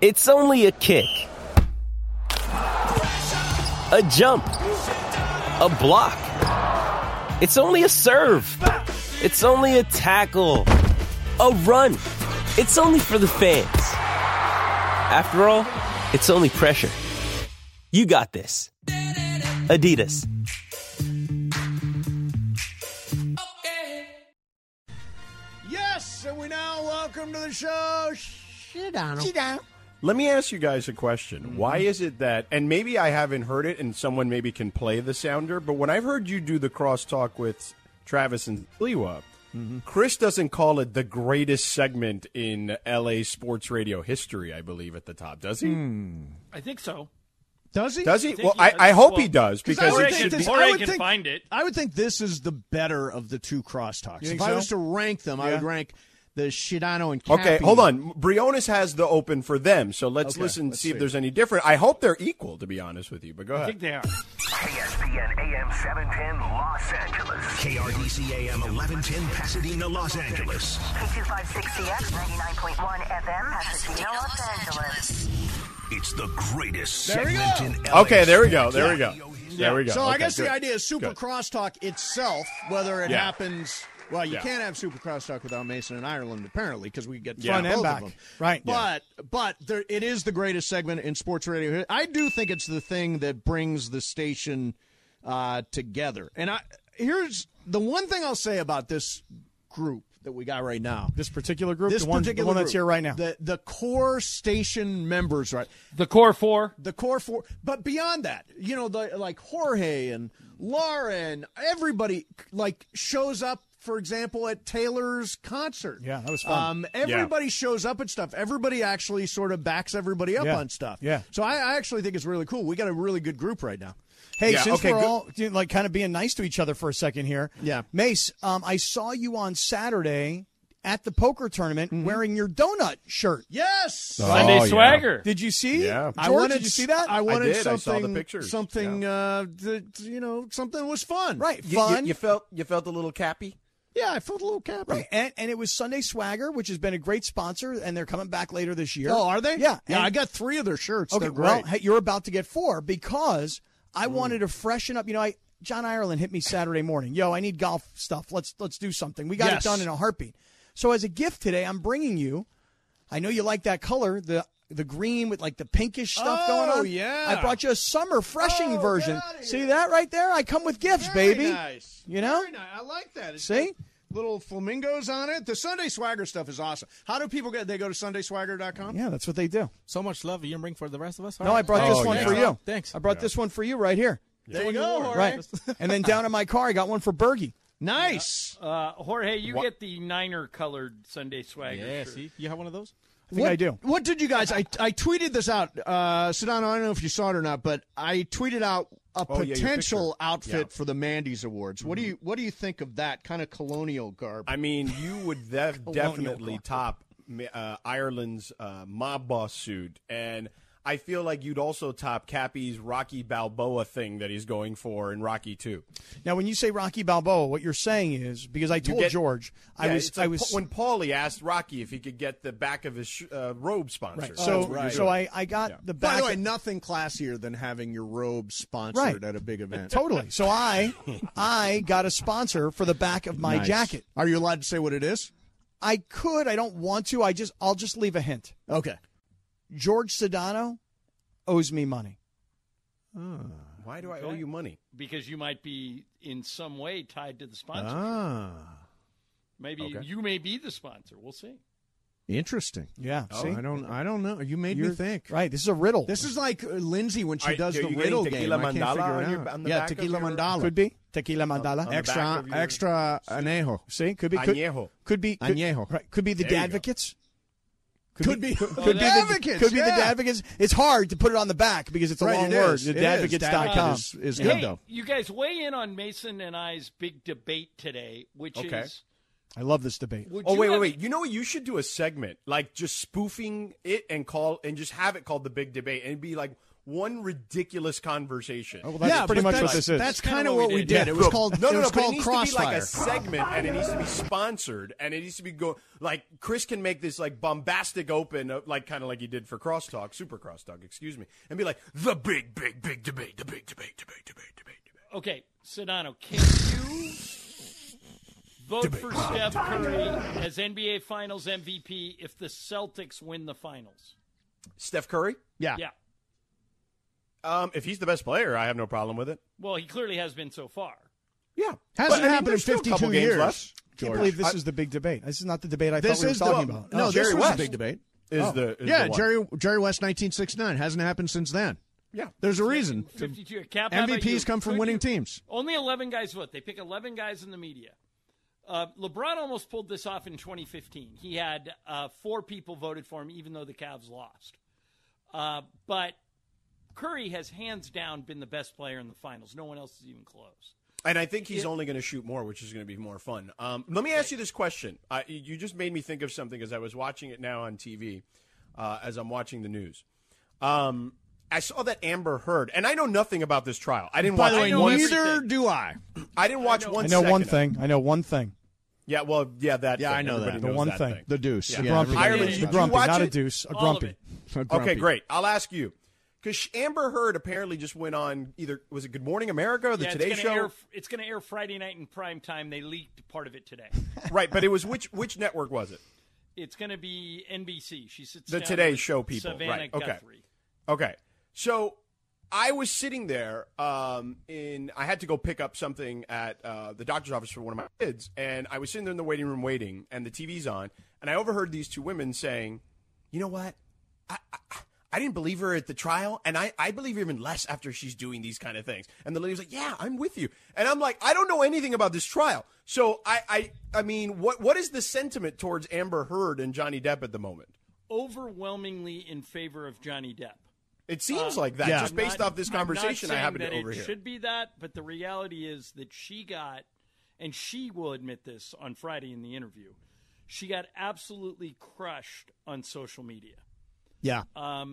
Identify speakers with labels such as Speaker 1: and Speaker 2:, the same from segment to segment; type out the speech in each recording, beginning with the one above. Speaker 1: It's only a kick, a jump, a block. It's only a serve. It's only a tackle, a run. It's only for the fans. After all, it's only pressure. You got this. Adidas.
Speaker 2: Yes, and we now welcome to the show. Shit on Shit down.
Speaker 3: Let me ask you guys a question. Why is it that, and maybe I haven't heard it, and someone maybe can play the sounder, but when I've heard you do the crosstalk with Travis and Lewa, Chris doesn't call it the greatest segment in LA sports radio history, I believe, at the top, does he?
Speaker 4: I think so.
Speaker 5: Does he?
Speaker 3: Does he?
Speaker 4: I think
Speaker 3: well,
Speaker 4: he
Speaker 3: I,
Speaker 4: does.
Speaker 3: I hope he
Speaker 4: Well,
Speaker 3: does because
Speaker 4: would
Speaker 3: it
Speaker 4: think
Speaker 3: should be.
Speaker 4: this- Jorge can find it.
Speaker 5: I would think this is the better of the two crosstalks. If
Speaker 2: think
Speaker 5: I
Speaker 2: so?
Speaker 5: was to rank them, I would rank the Shidano and Cappy.
Speaker 3: Okay, hold on. Briones has the open for them, so let's
Speaker 5: Okay,
Speaker 3: listen and
Speaker 5: let's
Speaker 3: see if
Speaker 5: see.
Speaker 3: there's any different. I hope they're equal, to be honest with you. But go
Speaker 4: I
Speaker 3: ahead.
Speaker 4: think they are.
Speaker 6: ESPN AM 710 Los Angeles.
Speaker 7: KRDC AM 1110 Pasadena, Los Angeles.
Speaker 8: K256CX 99.1 FM, Pasadena, Los Angeles.
Speaker 7: It's the greatest
Speaker 5: There we go.
Speaker 7: segment in LA
Speaker 3: Okay, there we go. There we go.
Speaker 7: radio history.
Speaker 3: There we go.
Speaker 5: So I
Speaker 3: Okay,
Speaker 5: guess
Speaker 3: good.
Speaker 5: the idea is super
Speaker 3: Good.
Speaker 5: crosstalk itself, whether it
Speaker 3: Yeah.
Speaker 5: happens. Well, you
Speaker 3: Yeah.
Speaker 5: can't have super crosstalk without Mason and Ireland, apparently, because we get
Speaker 3: Yeah.
Speaker 5: front
Speaker 3: Front
Speaker 5: both
Speaker 3: and
Speaker 5: of
Speaker 2: back.
Speaker 5: them.
Speaker 2: Right.
Speaker 5: But but there, it is the greatest segment in sports radio. I do think it's the thing that brings the station uh, together. And I here's the one thing I'll say about this group that we got right now.
Speaker 2: This particular group,
Speaker 5: this
Speaker 2: the one, the
Speaker 5: particular
Speaker 2: one that's
Speaker 5: group,
Speaker 2: here right now.
Speaker 5: The the core station members, right?
Speaker 4: The core four.
Speaker 5: the core four but beyond that you know the like jorge and lauren everybody like shows up for example at taylor's concert
Speaker 2: Yeah, that was fun.
Speaker 5: um everybody shows up at stuff everybody actually sort of backs everybody up
Speaker 2: Yeah,
Speaker 5: on stuff
Speaker 2: yeah.
Speaker 5: so I, I actually think it's really cool we got a really good group right now
Speaker 2: Hey,
Speaker 3: Yeah,
Speaker 2: since
Speaker 3: okay,
Speaker 2: we're
Speaker 3: good-
Speaker 2: all you know, like kind of being nice to each other for a second here,
Speaker 5: Yeah.
Speaker 2: Mace, um, I saw you on Saturday at the poker tournament
Speaker 5: Mm-hmm.
Speaker 2: wearing your donut shirt.
Speaker 5: yes
Speaker 4: Sunday
Speaker 3: Oh, yeah.
Speaker 4: swagger.
Speaker 2: Did you see?
Speaker 3: Yeah.
Speaker 2: George, did you see that?
Speaker 5: I wanted
Speaker 3: did. I saw
Speaker 5: something.
Speaker 3: the pictures.
Speaker 5: Something, uh, that, you know, something that was fun.
Speaker 2: right,
Speaker 3: You- you-
Speaker 2: fun.
Speaker 3: You, felt you felt a little cappy.
Speaker 5: Yeah, I felt a little happy.
Speaker 2: Right, and, and it was Sunday Swagger, which has been a great sponsor, and they're coming back later this year.
Speaker 5: Oh, are they?
Speaker 2: Yeah,
Speaker 5: Yeah,
Speaker 2: and-
Speaker 5: I got three of their shirts.
Speaker 2: Okay,
Speaker 5: They're great. Mm.
Speaker 2: well, hey, you're about to get four because I wanted to freshen up. You know, I John Ireland hit me Saturday morning. Yo, I need golf stuff. Let's let's do something. We got
Speaker 5: Yes.
Speaker 2: it done in a heartbeat. So as a gift today, I'm bringing you. I know you like that color, the the green with like the pinkish stuff
Speaker 5: Oh,
Speaker 2: going on.
Speaker 5: yeah.
Speaker 2: I brought you a summer freshing
Speaker 5: Oh,
Speaker 2: version.
Speaker 5: get outta here.
Speaker 2: See that right there? I come with gifts,
Speaker 5: Very
Speaker 2: baby.
Speaker 5: Nice.
Speaker 2: You know?
Speaker 5: Very nice. I like that. It's
Speaker 2: See?
Speaker 5: got Little flamingos on it. The Sunday Swagger stuff is awesome. How do people get? They go to sundayswagger.com.
Speaker 2: Yeah, that's what they do.
Speaker 9: So much love you didn't bring for the rest of us.
Speaker 2: No, I brought
Speaker 3: Oh,
Speaker 2: this one
Speaker 3: yeah.
Speaker 2: for you.
Speaker 9: Thanks.
Speaker 2: I brought this one for you right here.
Speaker 5: There you go. Jorge.
Speaker 2: Right. and then down in my car, I got one for Bergie.
Speaker 5: Nice.
Speaker 4: Uh, Jorge, you get the Niner colored Sunday swagger.
Speaker 9: Yeah,
Speaker 4: shirt.
Speaker 9: see, you have one of those.
Speaker 2: I think
Speaker 5: what,
Speaker 2: I do.
Speaker 5: What did you guys? I I tweeted this out. Uh, Sedano, I don't know if you saw it or not, but I tweeted out a
Speaker 3: Oh, yeah, your
Speaker 5: potential
Speaker 3: picture.
Speaker 5: outfit
Speaker 3: Yeah.
Speaker 5: for the Mandy's Awards. What do you What do you think of that kind of colonial garb?
Speaker 3: I mean, you would def- definitely top uh, Ireland's uh, mob boss suit, and I feel like you'd also top Cappy's Rocky Balboa thing that he's going for in Rocky Two.
Speaker 2: Now, when you say Rocky Balboa, what you're saying is because I told
Speaker 3: get-
Speaker 2: George, I
Speaker 3: Yeah,
Speaker 2: was,
Speaker 3: it's like
Speaker 2: I was.
Speaker 3: Pa- when Paulie asked Rocky if he could get the back of his sh- uh, robe sponsored.
Speaker 2: right.
Speaker 5: Oh,
Speaker 2: So, so I, I got the back.
Speaker 5: By the way, nothing classier than having your robe sponsored
Speaker 2: Right.
Speaker 5: at a big event.
Speaker 2: totally. So I, I got a sponsor for the back of my
Speaker 5: Nice.
Speaker 2: jacket.
Speaker 5: Are you allowed to say what it is?
Speaker 2: I could, I don't want to. I just, I'll just leave a hint.
Speaker 5: Okay.
Speaker 2: George Sedano owes me money.
Speaker 5: Oh.
Speaker 3: why do I owe you money?
Speaker 4: Because you might be in some way tied to the sponsor.
Speaker 5: Ah,
Speaker 4: Maybe
Speaker 3: okay.
Speaker 4: you may be the sponsor. We'll see.
Speaker 5: interesting.
Speaker 2: Yeah.
Speaker 5: Oh,
Speaker 2: see,
Speaker 5: I don't. I don't know. You made
Speaker 2: You're-
Speaker 5: me think.
Speaker 2: Right. This is a riddle.
Speaker 5: This is like uh, Lindsay when she
Speaker 3: Are-
Speaker 5: does
Speaker 3: are
Speaker 5: the
Speaker 3: you getting
Speaker 5: riddle game.
Speaker 3: tequila
Speaker 5: I can't
Speaker 3: mandala
Speaker 5: figure
Speaker 3: on
Speaker 5: it
Speaker 3: your-
Speaker 5: out.
Speaker 3: on the
Speaker 5: yeah,
Speaker 3: back of
Speaker 5: tequila
Speaker 3: your-
Speaker 5: mandala.
Speaker 2: could be tequila mandala.
Speaker 3: on the back
Speaker 5: extra
Speaker 3: of your-
Speaker 5: extra anejo.
Speaker 2: See, could be could,
Speaker 3: Añejo.
Speaker 2: could be could,
Speaker 5: Añejo.
Speaker 2: Right, could be the
Speaker 3: There you go.
Speaker 2: advocates.
Speaker 5: Could, be. Could,
Speaker 2: could be the
Speaker 5: advocates.
Speaker 2: could be
Speaker 5: yeah.
Speaker 2: the advocates. It's hard to put it on the back because it's a
Speaker 5: Right,
Speaker 2: long
Speaker 5: it
Speaker 2: word.
Speaker 5: is.
Speaker 2: The
Speaker 5: It is.
Speaker 2: advocates.com.
Speaker 5: Is, is
Speaker 4: Hey,
Speaker 5: good though.
Speaker 4: you guys weigh in on Mason and I's big debate today, which
Speaker 3: Okay.
Speaker 4: is
Speaker 2: I love this debate.
Speaker 4: would
Speaker 3: Oh
Speaker 4: you
Speaker 3: wait, wait,
Speaker 4: have-
Speaker 3: wait! You know what? You should do a segment like just spoofing it and call and just have it called the Big Debate and be like, one ridiculous conversation.
Speaker 10: Oh, well, that's
Speaker 5: yeah,
Speaker 10: pretty
Speaker 5: but
Speaker 10: much what
Speaker 5: that's-
Speaker 10: this is.
Speaker 5: That's kind of what we did. It was
Speaker 3: Go-
Speaker 5: called.
Speaker 3: no,
Speaker 5: it
Speaker 3: no,
Speaker 5: was
Speaker 3: no, but
Speaker 5: called
Speaker 3: it needs to be
Speaker 5: Crossfire.
Speaker 3: like a segment, and it needs to be sponsored, and it needs to be go like Chris can make this like bombastic open, uh, like kind of like he did for Crosstalk, Super Crosstalk, excuse me, and be like the big, big, big debate, the big debate, debate, debate, debate, debate.
Speaker 4: Okay, Sedano, can you vote for Steph Curry as NBA Finals MVP if the Celtics win the finals?
Speaker 3: Steph Curry,
Speaker 5: yeah.
Speaker 4: Yeah.
Speaker 3: um, if he's the best player, I have no problem with it.
Speaker 4: Well, he clearly has been so far.
Speaker 3: Yeah,
Speaker 5: Hasn't
Speaker 3: But, I mean,
Speaker 5: happened in
Speaker 3: there's still a
Speaker 5: 52
Speaker 3: couple games
Speaker 5: years.
Speaker 3: left.
Speaker 5: George.
Speaker 2: I believe this is the big debate. This is not the debate I
Speaker 5: this
Speaker 2: thought we
Speaker 5: is
Speaker 2: were talking
Speaker 5: the,
Speaker 2: about. Oh,
Speaker 5: No,
Speaker 3: Jerry
Speaker 5: this was
Speaker 3: West.
Speaker 5: a big debate.
Speaker 3: Is the is
Speaker 5: Oh. yeah,
Speaker 3: the what?
Speaker 5: Jerry Jerry West, 1969, hasn't happened since then.
Speaker 3: Yeah.
Speaker 5: There's a reason.
Speaker 4: 52. Cap, how about you?
Speaker 5: MVPs come from
Speaker 4: Could
Speaker 5: winning
Speaker 4: you-
Speaker 5: teams.
Speaker 4: Only 11 guys vote. They pick 11 guys in the media. Uh, LeBron almost pulled this off in 2015. He had uh, four people voted for him, even though the Cavs lost. Uh, but Curry has hands down been the best player in the finals. No one else is even close.
Speaker 3: And I think he's only going to shoot more, which is going to be more fun. Um, let me ask you this question. Uh, you just made me think of something as I was watching it now on TV, uh, as I'm watching the news. Um, I saw that Amber Heard, and I know nothing about this trial. I didn't
Speaker 5: By
Speaker 3: watch
Speaker 5: the way,
Speaker 3: one.
Speaker 5: neither do I.
Speaker 3: I didn't watch one.
Speaker 2: I know one
Speaker 3: second of it.
Speaker 2: thing. I know one thing.
Speaker 3: Yeah, well, yeah, that.
Speaker 5: Yeah,
Speaker 3: thing.
Speaker 5: I know that.
Speaker 3: Everybody
Speaker 5: The
Speaker 3: knows
Speaker 2: one
Speaker 3: that
Speaker 2: thing.
Speaker 5: The Deuce.
Speaker 3: Yeah.
Speaker 5: Yeah,
Speaker 2: grumpy.
Speaker 5: everybody
Speaker 3: Ireland,
Speaker 5: knows
Speaker 3: did
Speaker 2: a
Speaker 3: you
Speaker 5: about
Speaker 2: grumpy,
Speaker 3: watch
Speaker 2: not a
Speaker 3: it?
Speaker 2: deuce.
Speaker 4: All
Speaker 2: A
Speaker 4: of
Speaker 2: grumpy.
Speaker 4: it.
Speaker 5: that. Grumpy.
Speaker 3: Okay, great. I'll ask you because Amber Heard apparently just went on either was it Good Morning America or the
Speaker 4: Yeah,
Speaker 3: Today
Speaker 4: it's
Speaker 3: Show?
Speaker 4: gonna Air, it's going to air Friday night in prime time. They leaked part of it today.
Speaker 3: right, but it was which which network was it?
Speaker 4: It's going to be NBC. She sits
Speaker 3: The
Speaker 4: down
Speaker 3: Today
Speaker 4: with
Speaker 3: Show people,
Speaker 4: Savannah
Speaker 3: right, okay.
Speaker 4: Guthrie.
Speaker 3: Okay. So I was sitting there um, in I had to go pick up something at uh, the doctor's office for one of my kids and I was sitting there in the waiting room waiting and the TV's on and I overheard these two women saying, "You know what? I I, I didn't believe her at the trial and I I believe her even less after she's doing these kind of things." And the lady was like, "Yeah, I'm with you." And I'm like, "I don't know anything about this trial." So I I I mean, what what is the sentiment towards Amber Heard and Johnny Depp at the moment?
Speaker 4: Overwhelmingly in favor of Johnny Depp. Uh,
Speaker 3: It seems like that,
Speaker 5: yeah.
Speaker 3: just
Speaker 4: I'm
Speaker 3: based
Speaker 4: not-
Speaker 3: off this
Speaker 4: I'm not
Speaker 3: conversation I
Speaker 4: saying
Speaker 3: happened
Speaker 4: that
Speaker 3: to
Speaker 4: it
Speaker 3: overhear.
Speaker 4: Should be that, but the reality is that she got, and she will admit this on Friday in the interview, she got absolutely crushed on social media.
Speaker 5: Yeah.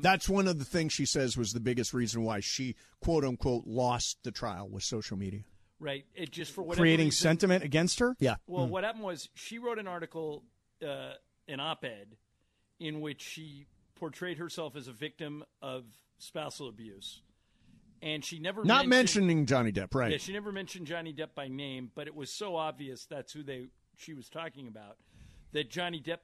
Speaker 5: That's one of the things she says was the biggest reason why she, quote unquote, lost the trial with social media.
Speaker 4: Right? It just for whatever
Speaker 2: Creating
Speaker 4: reason,
Speaker 2: sentiment against her. Hmm.
Speaker 5: Yeah.
Speaker 4: Well, what happened was she wrote an article, uh, an op-ed, in which she portrayed herself as a victim of spousal abuse, and she never
Speaker 5: Not
Speaker 4: mentioned,
Speaker 5: mentioning Johnny Depp, right?
Speaker 4: Yeah, she never mentioned Johnny Depp by name, but it was so obvious that's who they she was talking about that Johnny Depp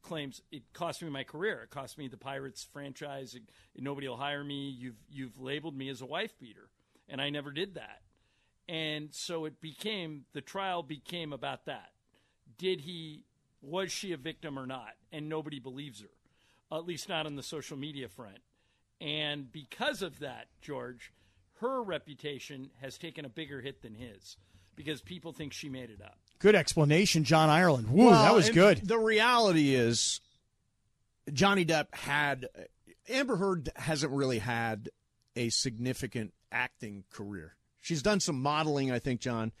Speaker 4: claims it cost me my career, it cost me the Pirates franchise, it, nobody will hire me. You've you've labeled me as a wife beater, and I never did that. And so it became the trial became about that. Did he was she a victim or not? And nobody believes her, at least not on the social media front. And because of that, George, her reputation has taken a bigger hit than his because people think she made it up.
Speaker 2: Good explanation, John Ireland. Woo, that
Speaker 5: Well,
Speaker 2: was
Speaker 5: and
Speaker 2: good.
Speaker 5: The reality is, Johnny Depp had Amber Heard hasn't really had a significant acting career. She's done some modeling, I think, John,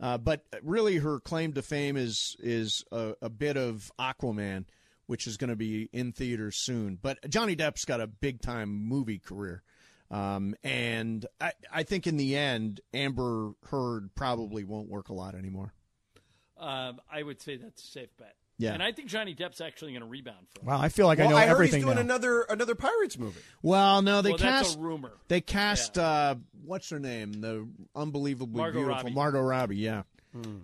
Speaker 5: uh, but really her claim to fame is is a, a bit of Aquaman, which is going to be in theaters soon. But Johnny Depp's got a big time movie career. Um, and I, I think in the end, Amber Heard probably won't work a lot anymore.
Speaker 4: Um, I would say that's a safe bet.
Speaker 5: Yeah.
Speaker 4: And I think Johnny Depp's actually going to rebound from it.
Speaker 2: Wow, I feel like
Speaker 3: well,
Speaker 2: I know
Speaker 3: heard
Speaker 2: everything
Speaker 3: he's doing
Speaker 2: now.
Speaker 3: another another Pirates movie.
Speaker 5: Well, no, they
Speaker 4: well,
Speaker 5: cast
Speaker 4: that's a rumor.
Speaker 5: They cast uh, what's her name, the unbelievably
Speaker 4: Margot
Speaker 5: beautiful
Speaker 4: Robbie. Hmm.
Speaker 5: Margot Robbie, yeah,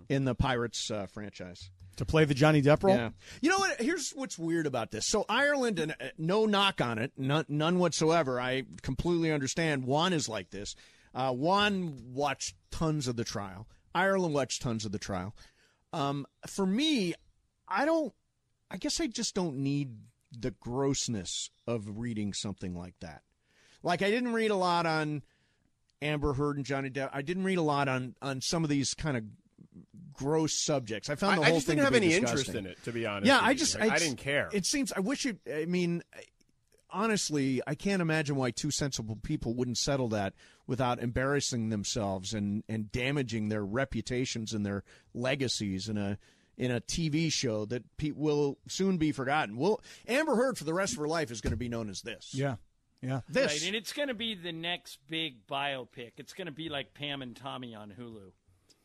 Speaker 5: in the Pirates uh, franchise.
Speaker 2: to play the Johnny Depp role.
Speaker 5: Yeah, you know what? Here's what's weird about this. So Ireland, and uh, no knock on it, none, none whatsoever. I completely understand. Juan is like this. Uh, Juan watched tons of the trial. Ireland watched tons of the trial. Um, for me, I don't. I guess I just don't need the grossness of reading something like that. Like I didn't read a lot on Amber Heard and Johnny Depp. I didn't read a lot on on some of these kind of gross subjects. I found
Speaker 3: I,
Speaker 5: the
Speaker 3: I
Speaker 5: whole
Speaker 3: just
Speaker 5: thing
Speaker 3: didn't
Speaker 5: to
Speaker 3: have
Speaker 5: be
Speaker 3: any
Speaker 5: disgusting.
Speaker 3: interest in it, to be honest.
Speaker 5: Yeah,
Speaker 3: with
Speaker 5: I
Speaker 3: you.
Speaker 5: just
Speaker 3: Like, I
Speaker 5: it's-
Speaker 3: didn't care.
Speaker 5: It seems I wish it. I mean, I- honestly, I can't imagine why two sensible people wouldn't settle that without embarrassing themselves and and damaging their reputations and their legacies in a in a TV show that pe- will soon be forgotten. Will Amber Heard for the rest of her life is going to be known as this?
Speaker 2: Yeah. Yeah.
Speaker 5: This.
Speaker 4: Right, and it's going to be the next big biopic. It's going to be like Pam and Tommy on Hulu.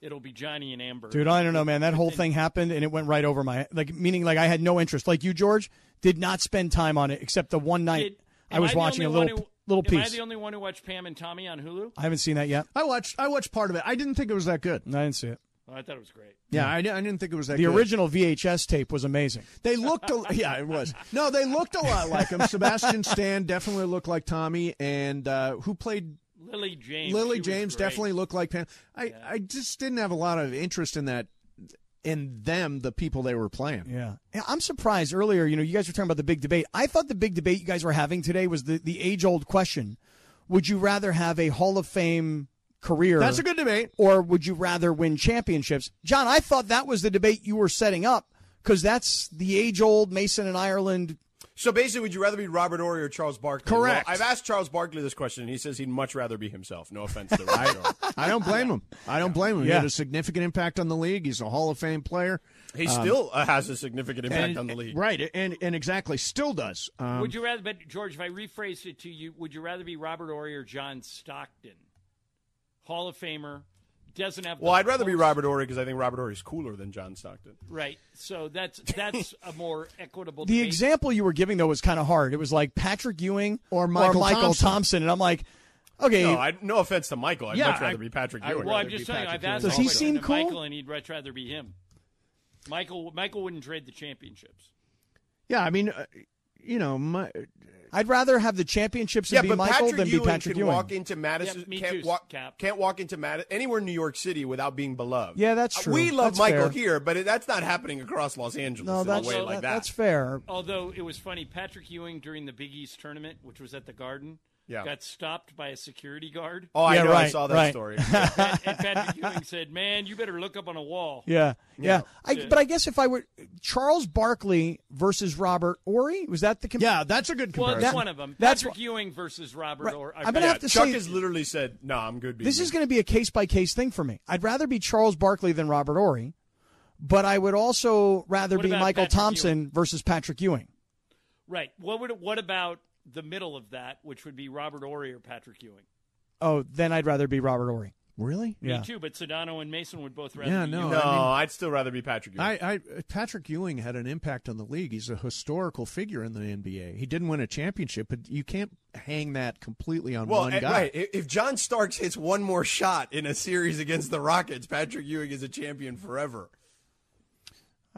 Speaker 4: It'll be Johnny and Amber.
Speaker 2: Dude, I don't know, man. That whole thing happened and it went right over my like meaning like I had no interest. Like you, George, did not spend time on it except the one night
Speaker 4: Did-
Speaker 2: I
Speaker 4: am
Speaker 2: was
Speaker 4: the
Speaker 2: watching a
Speaker 4: only one
Speaker 2: little
Speaker 4: who-
Speaker 2: little
Speaker 4: Am I
Speaker 2: piece.
Speaker 4: the only one who watched Pam and Tommy on Hulu?
Speaker 2: I haven't seen that yet.
Speaker 5: I watched. I watched part of it. I didn't think it was that good.
Speaker 2: I didn't see it.
Speaker 4: Oh, I thought it was great.
Speaker 5: Yeah, I, di- I didn't think it was that.
Speaker 2: The
Speaker 5: good.
Speaker 2: original VHS tape was amazing.
Speaker 5: They looked, a, yeah, it was. No, they looked a lot like him. Sebastian Stan definitely looked like Tommy, and uh, who played
Speaker 4: Lily James.
Speaker 5: Lily
Speaker 4: she was
Speaker 5: James
Speaker 4: great.
Speaker 5: definitely looked like Pam. I, I just didn't have a lot of interest in that, in them, the people they were playing.
Speaker 2: Yeah. Yeah, I'm surprised earlier, you know, you guys were talking about the big debate. I thought the big debate you guys were having today was the, the age old question. Would you rather have a Hall of Fame career?
Speaker 5: That's a good debate.
Speaker 2: Or would you rather win championships? John, I thought that was the debate you were setting up because that's the age old Mason and Ireland.
Speaker 3: So basically, would you rather be Robert Ory or Charles Barkley?
Speaker 5: Correct.
Speaker 3: Well, I've asked Charles Barkley this question, and he says he'd much rather be himself. No offense to Robert Ory.
Speaker 5: I don't blame him. I don't blame him. He
Speaker 2: Yeah.
Speaker 5: had a significant impact on the league. He's a Hall of Fame player.
Speaker 2: Um,
Speaker 5: Um,
Speaker 3: He still uh, has a significant impact
Speaker 5: And-
Speaker 3: on the league.
Speaker 5: Right, and, and exactly, still does. Um,
Speaker 4: Would you rather, but George, if I rephrase it to you, would you rather be Robert Ory or John Stockton, Hall of Famer? Doesn't have. the
Speaker 3: Well, I'd rather be
Speaker 4: most-
Speaker 3: Robert Ory because I think Robert Ory's cooler than John Stockton.
Speaker 4: Right. So that's that's a more equitable.
Speaker 2: The
Speaker 4: debate.
Speaker 2: example you were giving, though, was kind of hard. It was like Patrick Ewing
Speaker 5: Or Michael
Speaker 2: Thompson.
Speaker 5: Thompson.
Speaker 2: And I'm like, okay,
Speaker 3: No, I, no offense to Michael. I'd
Speaker 5: Yeah,
Speaker 3: much rather
Speaker 5: I-
Speaker 3: be Patrick
Speaker 5: I
Speaker 3: Ewing.
Speaker 5: would
Speaker 4: Well, I'm
Speaker 5: rather be
Speaker 4: just telling you, I've
Speaker 5: Patrick
Speaker 4: asked.
Speaker 5: Ewing.
Speaker 2: Does he
Speaker 4: that question
Speaker 2: seem
Speaker 4: to
Speaker 2: cool?
Speaker 4: Michael, and he'd much rather be him. Michael, Michael wouldn't trade the championships.
Speaker 5: yeah, I mean, uh, you know, my,
Speaker 2: I'd rather have the championships and
Speaker 3: yeah,
Speaker 2: be
Speaker 3: but
Speaker 2: Michael
Speaker 3: Patrick
Speaker 2: than
Speaker 3: Ewing
Speaker 2: be Patrick
Speaker 3: can
Speaker 2: Ewing.
Speaker 3: walk into Madison.
Speaker 4: Yeah, me too,
Speaker 3: can't, walk,
Speaker 4: Cap.
Speaker 3: can't walk into Madison anywhere in New York City without being beloved.
Speaker 2: Yeah, that's
Speaker 3: Uh,
Speaker 2: true.
Speaker 3: We love
Speaker 2: That's
Speaker 3: Michael
Speaker 2: fair.
Speaker 3: here, but it, that's not happening across Los Angeles
Speaker 2: no,
Speaker 3: in
Speaker 2: that's,
Speaker 3: a way
Speaker 2: that-
Speaker 3: like that.
Speaker 2: that's fair.
Speaker 4: Although it was funny, Patrick Ewing during the Big East tournament, which was at the Garden,
Speaker 3: Yeah.
Speaker 4: got stopped by a security guard.
Speaker 3: Oh,
Speaker 2: Yeah,
Speaker 3: I know. I
Speaker 2: right,
Speaker 3: saw that
Speaker 2: right.
Speaker 3: story.
Speaker 4: and and Patrick Ewing said, "Man, you better look up on a wall."
Speaker 2: Yeah, yeah. I, But I guess if I were Charles Barkley versus Robert Ori, was that the comp-
Speaker 5: yeah, that's a good
Speaker 4: Well,
Speaker 5: comparison.
Speaker 4: it's one of them.
Speaker 2: that's
Speaker 4: Patrick
Speaker 2: wh-
Speaker 4: Ewing versus Robert.
Speaker 2: Right.
Speaker 4: Or
Speaker 2: I'm gonna
Speaker 4: Yeah,
Speaker 2: have to
Speaker 3: Chuck
Speaker 2: say-
Speaker 3: has literally said, "No, I'm good."
Speaker 2: This is
Speaker 3: gonna-
Speaker 2: going to be a case by case thing for me. I'd rather be Charles Barkley than Robert Ori, but I would also rather
Speaker 4: What
Speaker 2: be
Speaker 4: about
Speaker 2: Michael
Speaker 4: Patrick
Speaker 2: Thompson versus Patrick Ewing.
Speaker 4: right. What would? What about the middle of that, which would be Robert Ory or Patrick Ewing?
Speaker 2: Oh, then I'd rather be Robert Ori.
Speaker 5: really?
Speaker 2: Yeah.
Speaker 4: Me too. But Sedano and Mason would both rather.
Speaker 5: Yeah,
Speaker 4: be
Speaker 5: no,
Speaker 4: Ewing.
Speaker 3: no.
Speaker 5: I mean-
Speaker 3: I'd still rather be Patrick. Ewing.
Speaker 5: I, I Patrick Ewing had an impact on the league. He's a historical figure in the NBA. He didn't win a championship, but you can't hang that completely on
Speaker 3: well,
Speaker 5: one
Speaker 3: eh,
Speaker 5: guy.
Speaker 3: right. i- If John Starks hits one more shot in a series against the Rockets, Patrick Ewing is a champion forever.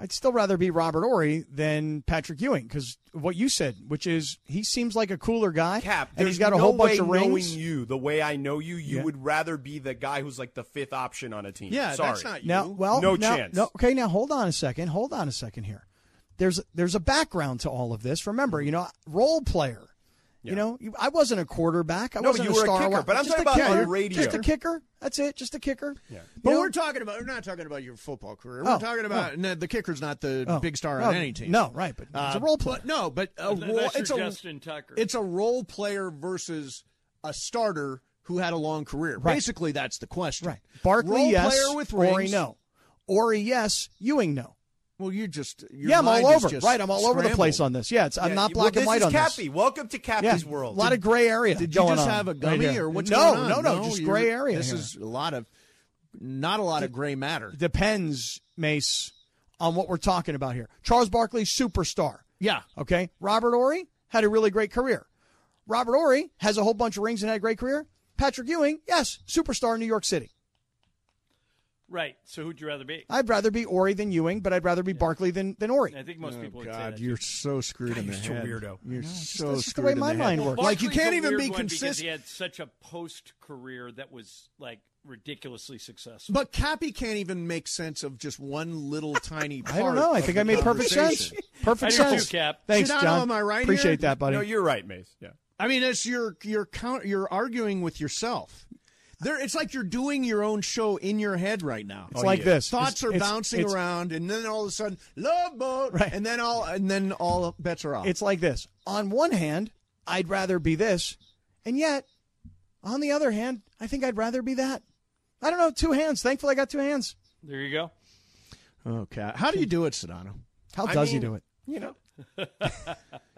Speaker 2: I'd still rather be Robert Ori than Patrick Ewing because what you said, which is he seems like a cooler guy,
Speaker 3: Cap,
Speaker 2: and
Speaker 3: there's
Speaker 2: he's got a
Speaker 3: no
Speaker 2: whole bunch
Speaker 3: way
Speaker 2: of rings.
Speaker 3: Knowing you the way I know you, you
Speaker 2: Yeah.
Speaker 3: would rather be the guy who's like the fifth option on a team.
Speaker 5: Yeah,
Speaker 3: Sorry.
Speaker 5: that's not you.
Speaker 2: Now, well,
Speaker 3: No
Speaker 2: now-
Speaker 3: chance.
Speaker 2: No, okay, now hold on a second. Hold on a second here. There's there's a background to all of this. Remember, you know, role player. You know, you- I wasn't a quarterback. I
Speaker 3: No,
Speaker 2: wasn't
Speaker 3: you
Speaker 2: a
Speaker 3: were a
Speaker 2: star.
Speaker 3: kicker,
Speaker 2: wa-
Speaker 3: but I'm
Speaker 2: just
Speaker 3: talking
Speaker 2: a
Speaker 3: about on
Speaker 2: kicker,
Speaker 3: radio.
Speaker 2: Just a kicker. That's it. Just a kicker. Yeah.
Speaker 5: But we're talking about we're not talking about your football career. We're
Speaker 2: Oh,
Speaker 5: talking about no, the kicker's not the big star on any team.
Speaker 2: No, right? But it's a
Speaker 5: Uh,
Speaker 2: role
Speaker 5: oh,
Speaker 2: player.
Speaker 5: But no, but a
Speaker 4: Unless
Speaker 5: role,
Speaker 4: you're
Speaker 5: it's a
Speaker 4: Justin Tucker.
Speaker 5: It's a role player versus a starter who had a long career.
Speaker 2: Right.
Speaker 5: Basically, that's the question.
Speaker 2: right. Barkley,
Speaker 5: role
Speaker 2: yes.
Speaker 5: player with
Speaker 2: Ori,
Speaker 5: rings.
Speaker 2: no. Ori, yes. Ewing, no.
Speaker 5: Well, you're just your
Speaker 2: yeah, I'm all
Speaker 5: mind is
Speaker 2: over.
Speaker 5: just
Speaker 2: Right, I'm all over the place
Speaker 5: scrambled.
Speaker 2: on this. Yeah, it's, I'm
Speaker 3: Yeah,
Speaker 2: not
Speaker 3: well,
Speaker 2: black and white
Speaker 3: this
Speaker 2: on
Speaker 3: is Cappy.
Speaker 2: this.
Speaker 3: Welcome to
Speaker 2: Yeah,
Speaker 3: Cappy's world.
Speaker 2: a lot of gray area.
Speaker 5: Did you
Speaker 2: going
Speaker 5: just
Speaker 2: on
Speaker 5: have a
Speaker 2: right
Speaker 5: gummy
Speaker 2: here.
Speaker 5: or what's
Speaker 2: no,
Speaker 5: going on?
Speaker 2: No, no, just
Speaker 5: you're-
Speaker 2: gray area.
Speaker 5: This
Speaker 2: here.
Speaker 5: is a lot of, not a lot of gray matter.
Speaker 2: depends, Mace, on what we're talking about here. Charles Barkley, superstar.
Speaker 5: Yeah,
Speaker 2: Okay. Robert Ory had a really great career. Robert Ory has a whole bunch of rings and had a great career. Patrick Ewing, yes, superstar in New York City.
Speaker 4: Right. So who'd you rather be?
Speaker 2: I'd rather be Ory than Ewing, but I'd rather be Barkley than, than Ory.
Speaker 4: I think most people would say
Speaker 5: God,
Speaker 4: that.
Speaker 5: you're so screwed in the
Speaker 3: you're such a
Speaker 5: head.
Speaker 3: weirdo.
Speaker 5: You're so
Speaker 2: that's just the
Speaker 5: screwed
Speaker 2: way
Speaker 5: in
Speaker 2: my
Speaker 5: head.
Speaker 2: mind works.
Speaker 5: Like you
Speaker 4: Barkley's
Speaker 5: can't
Speaker 4: a
Speaker 5: even
Speaker 4: weird
Speaker 5: be
Speaker 4: one because He
Speaker 5: consistent.
Speaker 4: had such a post career that was like ridiculously successful.
Speaker 5: But Cappy can't even make sense of just one little tiny. Part
Speaker 2: I don't know. I
Speaker 5: of
Speaker 2: think
Speaker 5: the
Speaker 2: I made perfect sense.
Speaker 5: conversation.
Speaker 2: Perfect
Speaker 4: I do too,
Speaker 2: sense.
Speaker 4: Cap.
Speaker 2: Thanks,
Speaker 5: Sedano,
Speaker 2: John.
Speaker 5: am I right
Speaker 2: Appreciate
Speaker 5: here?
Speaker 2: that, buddy.
Speaker 3: No, you're right, Mace. Yeah.
Speaker 5: I mean, it's you're you're count, you're arguing with yourself. There, it's like you're doing your own show in your head right now.
Speaker 2: it's
Speaker 3: Oh,
Speaker 2: like this.
Speaker 5: Thoughts
Speaker 2: It's-
Speaker 5: are
Speaker 2: it's-
Speaker 5: bouncing
Speaker 2: it's-
Speaker 5: around, and then all of a sudden, love boat,
Speaker 2: Right.
Speaker 5: and then all and then all bets are off.
Speaker 2: It's like this. On one hand, I'd rather be this, and yet, on the other hand, I think I'd rather be that. I don't know. Two hands. Thankfully, I got two hands.
Speaker 4: there you go.
Speaker 5: okay. How do you do it, Sedano?
Speaker 2: How
Speaker 3: I
Speaker 2: does he
Speaker 3: mean,
Speaker 2: do it?
Speaker 3: You know,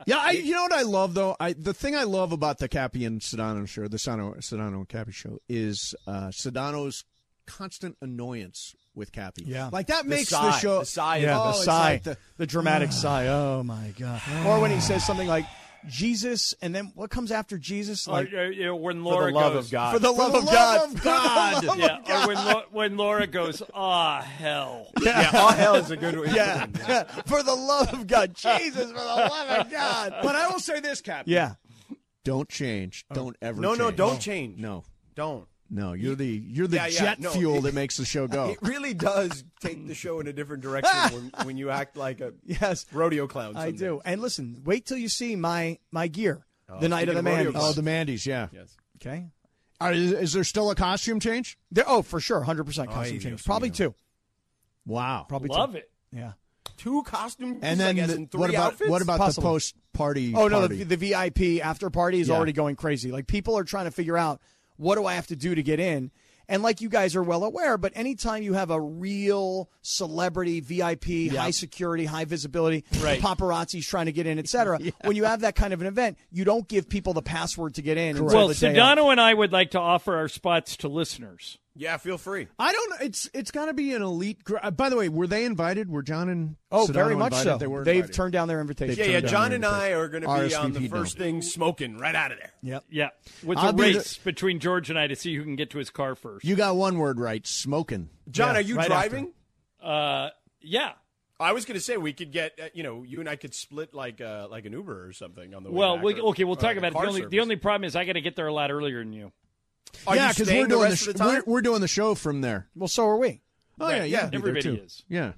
Speaker 5: Yeah, I, you know what I love though. I the thing I love about the Cappy and Sedano show, the Sedano, Sedano and Cappy show, is uh, Sedano's constant annoyance with Cappy.
Speaker 2: Yeah.
Speaker 5: like that makes the
Speaker 3: sigh,
Speaker 5: show.
Speaker 3: the sigh
Speaker 2: Yeah,
Speaker 5: oh,
Speaker 2: the
Speaker 5: it's
Speaker 2: sigh,
Speaker 5: like
Speaker 2: the,
Speaker 5: the-
Speaker 2: dramatic sigh. Oh my god! or when he says something like Jesus, and then what comes after Jesus?
Speaker 3: Oh,
Speaker 4: Or,
Speaker 2: Like
Speaker 4: you know, when
Speaker 3: For
Speaker 4: Laura
Speaker 3: the love
Speaker 4: goes,
Speaker 3: of God.
Speaker 2: for the
Speaker 5: For
Speaker 2: love
Speaker 5: the
Speaker 2: of
Speaker 5: love
Speaker 2: God!
Speaker 5: of God.
Speaker 2: For the love
Speaker 4: yeah,
Speaker 2: of
Speaker 4: or
Speaker 2: God.
Speaker 4: when, Lo- when Laura goes, ah, hell.
Speaker 3: yeah, all hell is a good one.
Speaker 2: Yeah. for the love of God, Jesus, for the love of God.
Speaker 5: But I will say this, Cappy.
Speaker 2: Yeah,
Speaker 5: don't change. Don't ever.
Speaker 3: No, no,
Speaker 5: change.
Speaker 3: don't change.
Speaker 5: No,
Speaker 3: Don't.
Speaker 5: no, you're the you're the
Speaker 3: Yeah, yeah,
Speaker 5: jet
Speaker 3: no,
Speaker 5: fuel
Speaker 3: it-
Speaker 5: that makes the show go.
Speaker 3: It really does take the show in a different direction when, when you act like a
Speaker 2: yes,
Speaker 3: rodeo clown.
Speaker 2: I
Speaker 3: someday.
Speaker 2: do. And listen, wait till you see my my gear
Speaker 4: Uh,
Speaker 2: the night of
Speaker 3: speaking
Speaker 2: the
Speaker 3: of rodeo
Speaker 2: man.
Speaker 5: oh, the Mandy's, yeah.
Speaker 3: Yes.
Speaker 2: okay.
Speaker 5: Are, Uh, is, is there still a costume change?
Speaker 2: There, oh, for sure, hundred percent costume
Speaker 3: Ay,
Speaker 2: change.
Speaker 3: Dios
Speaker 2: Probably
Speaker 3: mío.
Speaker 2: two.
Speaker 5: Wow.
Speaker 2: Probably
Speaker 4: Love
Speaker 2: two.
Speaker 4: it.
Speaker 2: Yeah.
Speaker 3: Two costumes
Speaker 5: And then
Speaker 3: like, as
Speaker 5: the-
Speaker 3: in three
Speaker 5: what about
Speaker 3: outfits?
Speaker 5: what about
Speaker 2: Possible.
Speaker 5: the post party?
Speaker 2: Oh no, the, the VIP after party is
Speaker 5: Yeah.
Speaker 2: already going crazy. Like people are trying to figure out what do I have to do to get in. And like you guys are well aware, but anytime you have a real celebrity VIP, high security, high visibility,
Speaker 4: Right.
Speaker 2: paparazzi's trying to get in, etc. When you have that kind of an event, you don't give people the password to get in. until
Speaker 4: Well,
Speaker 2: the day of.
Speaker 4: Sedano and I would like to offer our spots to listeners.
Speaker 3: Yeah, feel free.
Speaker 5: I don't. know. It's it's got to be an elite. Gr- uh, by the way, were they invited? Were John and
Speaker 2: Oh,
Speaker 5: Sedano
Speaker 2: very much
Speaker 5: invited?
Speaker 2: so.
Speaker 5: They were
Speaker 2: They've
Speaker 5: invited.
Speaker 2: turned down their invitation.
Speaker 3: Yeah, yeah.
Speaker 5: down
Speaker 3: John
Speaker 5: the
Speaker 3: and I are going to be on the
Speaker 5: RSVP
Speaker 3: first
Speaker 5: now.
Speaker 3: thing smoking right out of there.
Speaker 2: Yep.
Speaker 4: Yeah, with
Speaker 5: I'll
Speaker 4: a
Speaker 5: be the-
Speaker 4: race between George and I to see who can get to his car first.
Speaker 5: You got one word right. Smoking.
Speaker 3: John,
Speaker 2: Yeah,
Speaker 3: are you
Speaker 2: right
Speaker 3: driving?
Speaker 4: Uh, yeah.
Speaker 3: I was going to say we could get uh, you know you and I could split like uh, like an Uber or something on the way.
Speaker 4: Well,
Speaker 3: back,
Speaker 4: we,
Speaker 3: or-
Speaker 4: okay, we'll
Speaker 3: or
Speaker 4: talk
Speaker 3: like a
Speaker 4: about it.
Speaker 3: car
Speaker 4: The only, the
Speaker 3: service.
Speaker 4: only problem is I got to get there a lot earlier than you.
Speaker 3: Are
Speaker 5: yeah,
Speaker 3: you
Speaker 5: because
Speaker 3: staying
Speaker 5: we're doing
Speaker 3: the rest
Speaker 5: sh-
Speaker 3: of the time.
Speaker 5: We're, we're doing the show from there.
Speaker 2: Well, so are we.
Speaker 5: Oh yeah, yeah. be there,
Speaker 4: Everybody
Speaker 5: too.
Speaker 4: is.
Speaker 5: Yeah.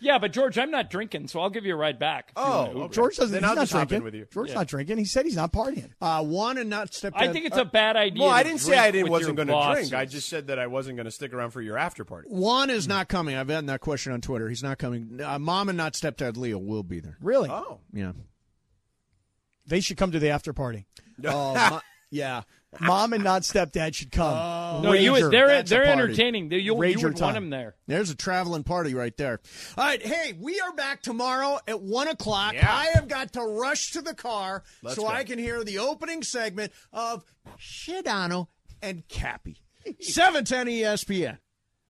Speaker 4: Yeah, but George, I'm not drinking, so I'll give you a ride back. if you
Speaker 3: Oh,
Speaker 4: want to Uber.
Speaker 3: okay.
Speaker 2: George doesn't.
Speaker 3: Then
Speaker 2: he's
Speaker 3: I'll
Speaker 2: not
Speaker 3: just hop
Speaker 2: drinking.
Speaker 3: in with you.
Speaker 2: George's
Speaker 4: Yeah.
Speaker 2: not drinking. He said he's not partying.
Speaker 5: Uh, one and not step.
Speaker 4: I
Speaker 5: down-
Speaker 4: think it's
Speaker 5: uh,
Speaker 4: a bad idea.
Speaker 3: Well, I
Speaker 4: to
Speaker 3: didn't say
Speaker 4: drink
Speaker 3: I didn't
Speaker 4: with
Speaker 3: wasn't
Speaker 4: your
Speaker 3: going to
Speaker 4: bosses.
Speaker 3: drink. I just said that I wasn't going to stick around for your after party.
Speaker 5: Juan is not coming. I've gotten that question on Twitter. He's not coming. Uh, Mom and not stepdad Leo will be there.
Speaker 2: Really?
Speaker 3: Oh,
Speaker 5: Yeah.
Speaker 2: Uh, They should come to the after party. Uh,
Speaker 5: Oh, my, yeah.
Speaker 2: Mom and not stepdad should come.
Speaker 5: Oh.
Speaker 4: No, you.
Speaker 2: Rager.
Speaker 4: They're
Speaker 5: That's a
Speaker 4: they're
Speaker 5: party.
Speaker 4: entertaining. They, you'll, you would
Speaker 2: Rager
Speaker 4: want
Speaker 2: time.
Speaker 4: them there.
Speaker 5: There's a traveling party right there. All right, hey, we are back tomorrow at one o'clock.
Speaker 3: Yeah.
Speaker 5: I have got to rush to the car so
Speaker 3: go.
Speaker 5: I can hear the opening segment of Shidano and Cappy. Seven ten E ESPN.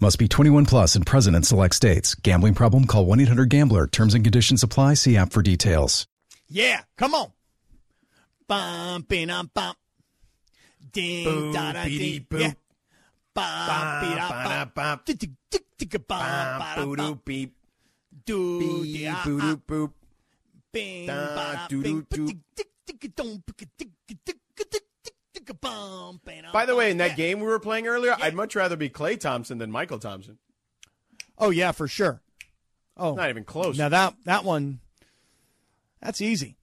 Speaker 11: Must be 21 plus and present in select states. Gambling problem? Call 1 800 Gambler. Terms and conditions apply. See app for details.
Speaker 2: Yeah, come on. Bum, bin, um, bum. Ding, da, da, ding. Yeah. Bum, bin, um, bum. Tick, tick, tick, tick, bum, ba, da, bum.
Speaker 3: beep,
Speaker 2: Doo, dee, ah, ah.
Speaker 3: boop.
Speaker 2: Bing,
Speaker 3: da,
Speaker 2: ba, da,
Speaker 3: doo,
Speaker 2: bing.
Speaker 3: doo,
Speaker 2: Tick, tick, tick, dong, tick, tick, tick, tick, tick, tick, bum, bin, um,
Speaker 3: By the way, in
Speaker 2: yeah.
Speaker 3: that game we were playing earlier, I'd much rather be Clay Thompson than Michael Thompson.
Speaker 2: Oh, yeah, for sure. Oh,
Speaker 3: Not even close.
Speaker 2: Now that that one, that's easy.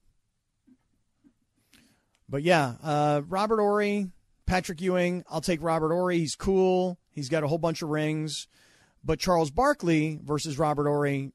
Speaker 2: But yeah, uh, Robert Ory, Patrick Ewing. I'll take Robert Ory. He's cool. He's got a whole bunch of rings. But Charles Barkley versus Robert Ory.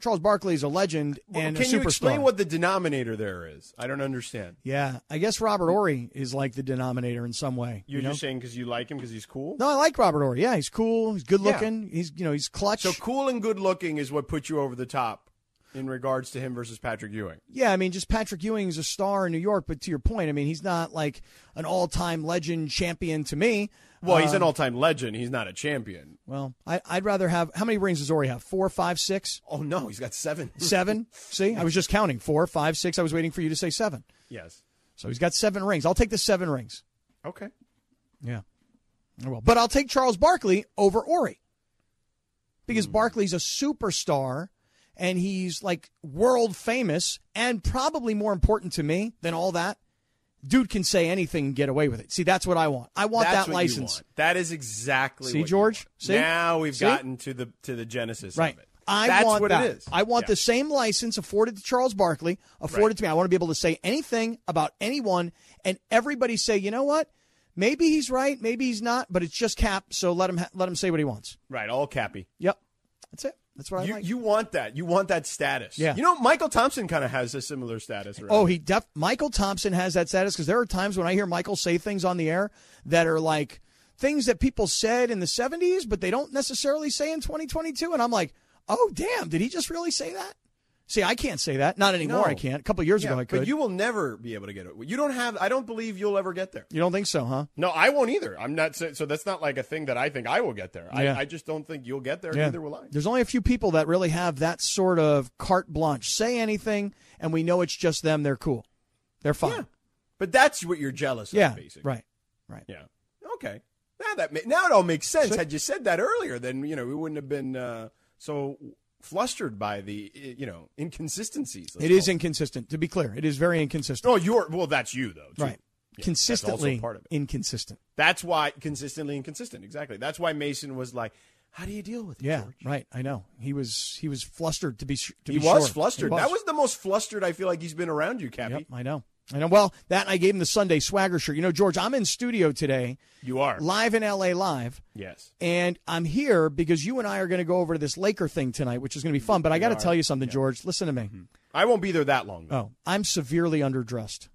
Speaker 2: Charles Barkley is a legend
Speaker 3: Well,
Speaker 2: and
Speaker 3: Can
Speaker 2: a
Speaker 3: you
Speaker 2: superstar.
Speaker 3: explain what the denominator there is? I don't understand.
Speaker 2: yeah, I guess Robert Ory is like the denominator in some way.
Speaker 3: You're
Speaker 2: you know?
Speaker 3: just saying because you like him because he's cool.
Speaker 2: no, I like Robert Ory. Yeah, he's cool. He's good looking. He's you know he's clutch.
Speaker 3: So cool and good looking is what put you over the top in regards to him versus Patrick Ewing.
Speaker 2: Yeah, I mean, just Patrick Ewing's a star in New York, but to your point, I mean, he's not like an all-time legend champion to me.
Speaker 3: Well, he's an
Speaker 2: Um,
Speaker 3: all-time legend. He's not a champion.
Speaker 2: Well, I, I'd rather have how many rings does Ori have? Four, five, six,
Speaker 3: Oh no, he's got seven.
Speaker 2: seven. See, I was just counting four, five, six. I was waiting for you to say seven.
Speaker 3: yes.
Speaker 2: So he's got seven rings. I'll take the seven rings.
Speaker 3: Okay.
Speaker 2: Yeah,
Speaker 4: Oh,
Speaker 2: I will. But I'll take Charles Barkley over Ori
Speaker 3: Hmm.
Speaker 2: because Barkley's a superstar. And he's like world famous and probably more important to me than all that. Dude can say anything and get away with it. See, that's what I want. I want
Speaker 3: That's
Speaker 2: that
Speaker 3: what you
Speaker 2: license.
Speaker 3: want. That is exactly.
Speaker 2: See,
Speaker 3: what you
Speaker 2: George?
Speaker 3: want.
Speaker 2: See?
Speaker 3: Now we've
Speaker 2: See?
Speaker 3: gotten to the to the genesis
Speaker 2: Right.
Speaker 3: of it.
Speaker 2: I
Speaker 3: That's
Speaker 2: want
Speaker 3: what
Speaker 2: that.
Speaker 3: it is.
Speaker 2: I want
Speaker 3: Yeah.
Speaker 2: the same license afforded to Charles Barkley, afforded
Speaker 3: Right.
Speaker 2: to me. I want to be able to say anything about anyone, and everybody say, you know what? Maybe he's right, maybe he's not, but it's just cap. So let him ha- let him say what he wants.
Speaker 3: Right, all cappy.
Speaker 2: Yep, that's it. That's what I
Speaker 3: you,
Speaker 2: like.
Speaker 3: you want that. You want that status.
Speaker 2: Yeah.
Speaker 3: You know, Michael Thompson kind of has a similar status. Right?
Speaker 2: Oh, he def- Michael Thompson has that status because there are times when I hear Michael say things on the air that are like things that people said in the 70s, but they don't necessarily say in 2022. And I'm like, oh, damn, did he just really say that? See, I can't say that. Not anymore,
Speaker 3: No.
Speaker 2: I can't. A couple years
Speaker 3: Yeah,
Speaker 2: ago, I could.
Speaker 3: But you will never be able to get it. You don't have. I don't believe you'll ever get there.
Speaker 2: You don't think so, huh?
Speaker 3: No, I won't either. I'm not. So, so that's not like a thing that I think I will get there.
Speaker 2: Yeah.
Speaker 3: I, I just don't think you'll get there. Neither will I.
Speaker 2: There's only a few people that really have that sort of carte blanche. Say anything, and we know it's just them. They're cool. They're fine.
Speaker 3: But that's what you're jealous
Speaker 2: Yeah.
Speaker 3: of, basically.
Speaker 2: right. Right.
Speaker 3: Yeah. Okay. Now that ma- now it all makes sense. Had you said that earlier, then you know we wouldn't have been uh, so flustered by the uh, you know inconsistencies.
Speaker 2: It is inconsistent, to be clear. It is very inconsistent.
Speaker 3: Oh, you're well. That's you though. too.
Speaker 2: right.
Speaker 3: Yeah, that's also
Speaker 2: Consistently
Speaker 3: part of it.
Speaker 2: inconsistent.
Speaker 3: That's why consistently inconsistent. Exactly. That's why Mason was like, "How do you deal with it?"
Speaker 2: Yeah,
Speaker 3: George?"
Speaker 2: right. I know he was he was flustered to be su- to
Speaker 3: he
Speaker 2: be
Speaker 3: was
Speaker 2: sure.
Speaker 3: flustered.
Speaker 2: He was.
Speaker 3: That was the most flustered I feel like he's been around you, Cappy.
Speaker 2: I know. I know. Well, that and I gave him the Sunday swagger shirt. You know, George, I'm in studio today,
Speaker 3: You are.
Speaker 2: live in LA, live,
Speaker 3: Yes.
Speaker 2: and I'm here because you and I are going to go over to this Laker thing tonight, which is going to be fun. But I got to
Speaker 3: are. Mm-hmm.
Speaker 2: tell you something, George. Listen to me.
Speaker 3: I won't be there that long. Though.
Speaker 2: Oh, I'm severely underdressed.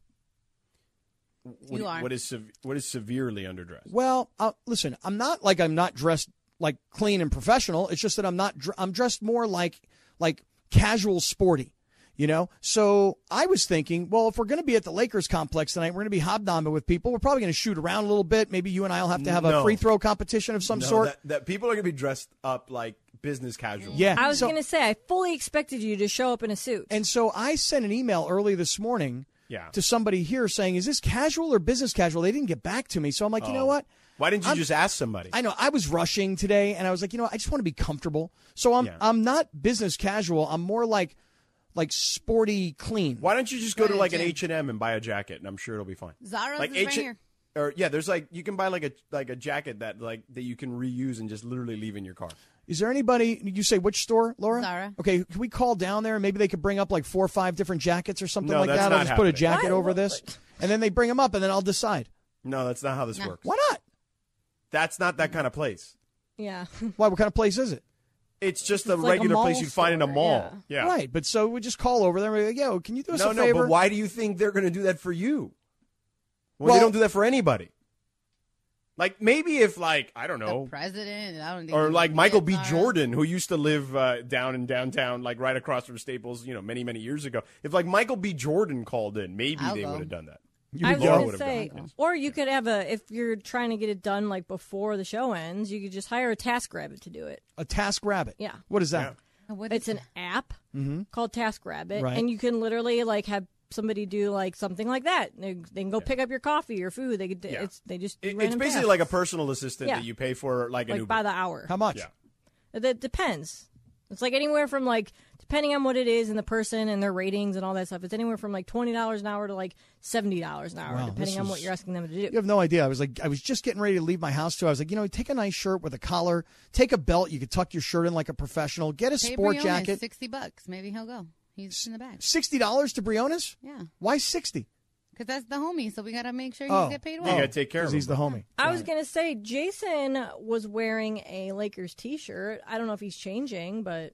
Speaker 3: What,
Speaker 12: You are.
Speaker 3: What is sev- what is severely underdressed?
Speaker 2: Well, uh, listen, I'm not like I'm not dressed like clean and professional. It's just that I'm not. Dr- I'm dressed more like like casual, sporty. You know, so I was thinking, well, if we're going to be at the Lakers complex tonight, we're going to be hobnobbing with people. We're probably going to shoot around a little bit. Maybe you and I will have to have a
Speaker 3: No.
Speaker 2: free throw competition of some
Speaker 3: No,
Speaker 2: sort.
Speaker 3: That, that people are going to be dressed up like business casual.
Speaker 2: Yeah.
Speaker 12: I was
Speaker 2: So-
Speaker 12: going to say, I fully expected you to show up in a suit.
Speaker 2: and so I sent an email early this morning
Speaker 3: Yeah.
Speaker 2: to somebody here saying, is this casual or business casual? They didn't get back to me. So I'm like,
Speaker 3: Oh.
Speaker 2: you know what?
Speaker 3: Why didn't you
Speaker 2: I'm-
Speaker 3: just ask somebody?
Speaker 2: I know I was rushing today, and I was like, you know, what, I just want to be comfortable. So I'm
Speaker 3: Yeah.
Speaker 2: I'm not business casual. I'm more like like sporty clean.
Speaker 3: Why don't you just go
Speaker 2: Right,
Speaker 3: to like an
Speaker 2: Jim.
Speaker 3: H and M and buy a jacket, and I'm sure it'll be fine.
Speaker 13: Zara's
Speaker 3: like
Speaker 13: is right here.
Speaker 3: Or yeah, there's like you can buy like a like a jacket that like that you can reuse and just literally leave in your car.
Speaker 2: Is there anybody? You say which store, Laura?
Speaker 13: Zara.
Speaker 2: Okay, can we call down there? and Maybe they could bring up like four or five different jackets or something
Speaker 3: No,
Speaker 2: like
Speaker 3: that's
Speaker 2: that. I'll
Speaker 3: not
Speaker 2: just put a
Speaker 3: happening.
Speaker 2: jacket
Speaker 3: Why?
Speaker 2: over this, and then they bring them up, and then I'll decide.
Speaker 3: No, that's not how this works.
Speaker 2: Why not?
Speaker 3: That's not that kind of place.
Speaker 12: yeah.
Speaker 2: Why? What kind of place is it?
Speaker 3: It's just a
Speaker 12: like a
Speaker 3: regular
Speaker 12: mall
Speaker 3: place you'd find in a
Speaker 12: store,
Speaker 3: mall. Yeah.
Speaker 2: Right. But so we just call over there. and we're like, Yo, can you do us
Speaker 3: No,
Speaker 2: a
Speaker 3: no,
Speaker 2: favor?
Speaker 3: but why do you think they're going to do that for you? Well,
Speaker 2: Well-
Speaker 3: they don't do that for anybody. Like maybe if like I don't know,
Speaker 13: President, I don't think
Speaker 3: or
Speaker 13: he
Speaker 3: like
Speaker 13: would
Speaker 3: Michael
Speaker 13: get
Speaker 3: B.
Speaker 12: uh,
Speaker 13: Zara.
Speaker 3: Jordan, who used to live uh, down in downtown, like right across from Staples, you know, many many years ago. If like Michael B. Jordan called in, maybe
Speaker 13: I'll
Speaker 3: they
Speaker 13: go.
Speaker 3: would have done that.
Speaker 12: I
Speaker 3: Laura
Speaker 12: was going to
Speaker 3: would've done
Speaker 12: say,
Speaker 3: it, yes.
Speaker 12: or you could have a, if you're trying to get it done like before the show ends, you could just hire a task rabbit to do it.
Speaker 2: A Task Rabbit.
Speaker 12: Yeah.
Speaker 2: What is that?
Speaker 12: it's an app
Speaker 2: Mhm.
Speaker 12: called Task Rabbit,
Speaker 2: Right.
Speaker 12: and you can literally like have somebody do like something like that. They, they can go pick up your coffee, your food. They could, it's, they just do
Speaker 3: It- it's
Speaker 12: random
Speaker 3: basically
Speaker 12: tasks.
Speaker 3: like a personal assistant
Speaker 12: Yeah.
Speaker 3: that you pay for, like, an
Speaker 12: like
Speaker 3: Uber.
Speaker 12: by the hour.
Speaker 2: How much?
Speaker 3: Yeah.
Speaker 12: That depends. It's like anywhere from like depending on what it is and the person and their ratings and all that stuff. It's anywhere from like twenty dollars an hour to like seventy dollars an hour,
Speaker 2: Wow, this
Speaker 12: depending on what
Speaker 2: is-
Speaker 12: you're asking them to do.
Speaker 2: You have no idea. I was like, I was just getting ready to leave my house too. I was like, you know, take a nice shirt with a collar, take a belt. You could tuck your shirt in like a professional. Get a
Speaker 13: Hey,
Speaker 2: sport
Speaker 13: Brione,
Speaker 2: jacket.
Speaker 13: Sixty bucks, maybe he'll go. He's in the back
Speaker 2: Sixty dollars to Briones?
Speaker 13: Yeah.
Speaker 2: Why sixty?
Speaker 13: because that's the homie. So we gotta make sure you
Speaker 2: Oh,
Speaker 13: get paid
Speaker 2: oh,
Speaker 13: well.
Speaker 3: take care of
Speaker 2: 'cause
Speaker 3: him.
Speaker 2: He's the homie.
Speaker 12: I was gonna say Jason was wearing a Lakers T-shirt. I don't know if he's changing, but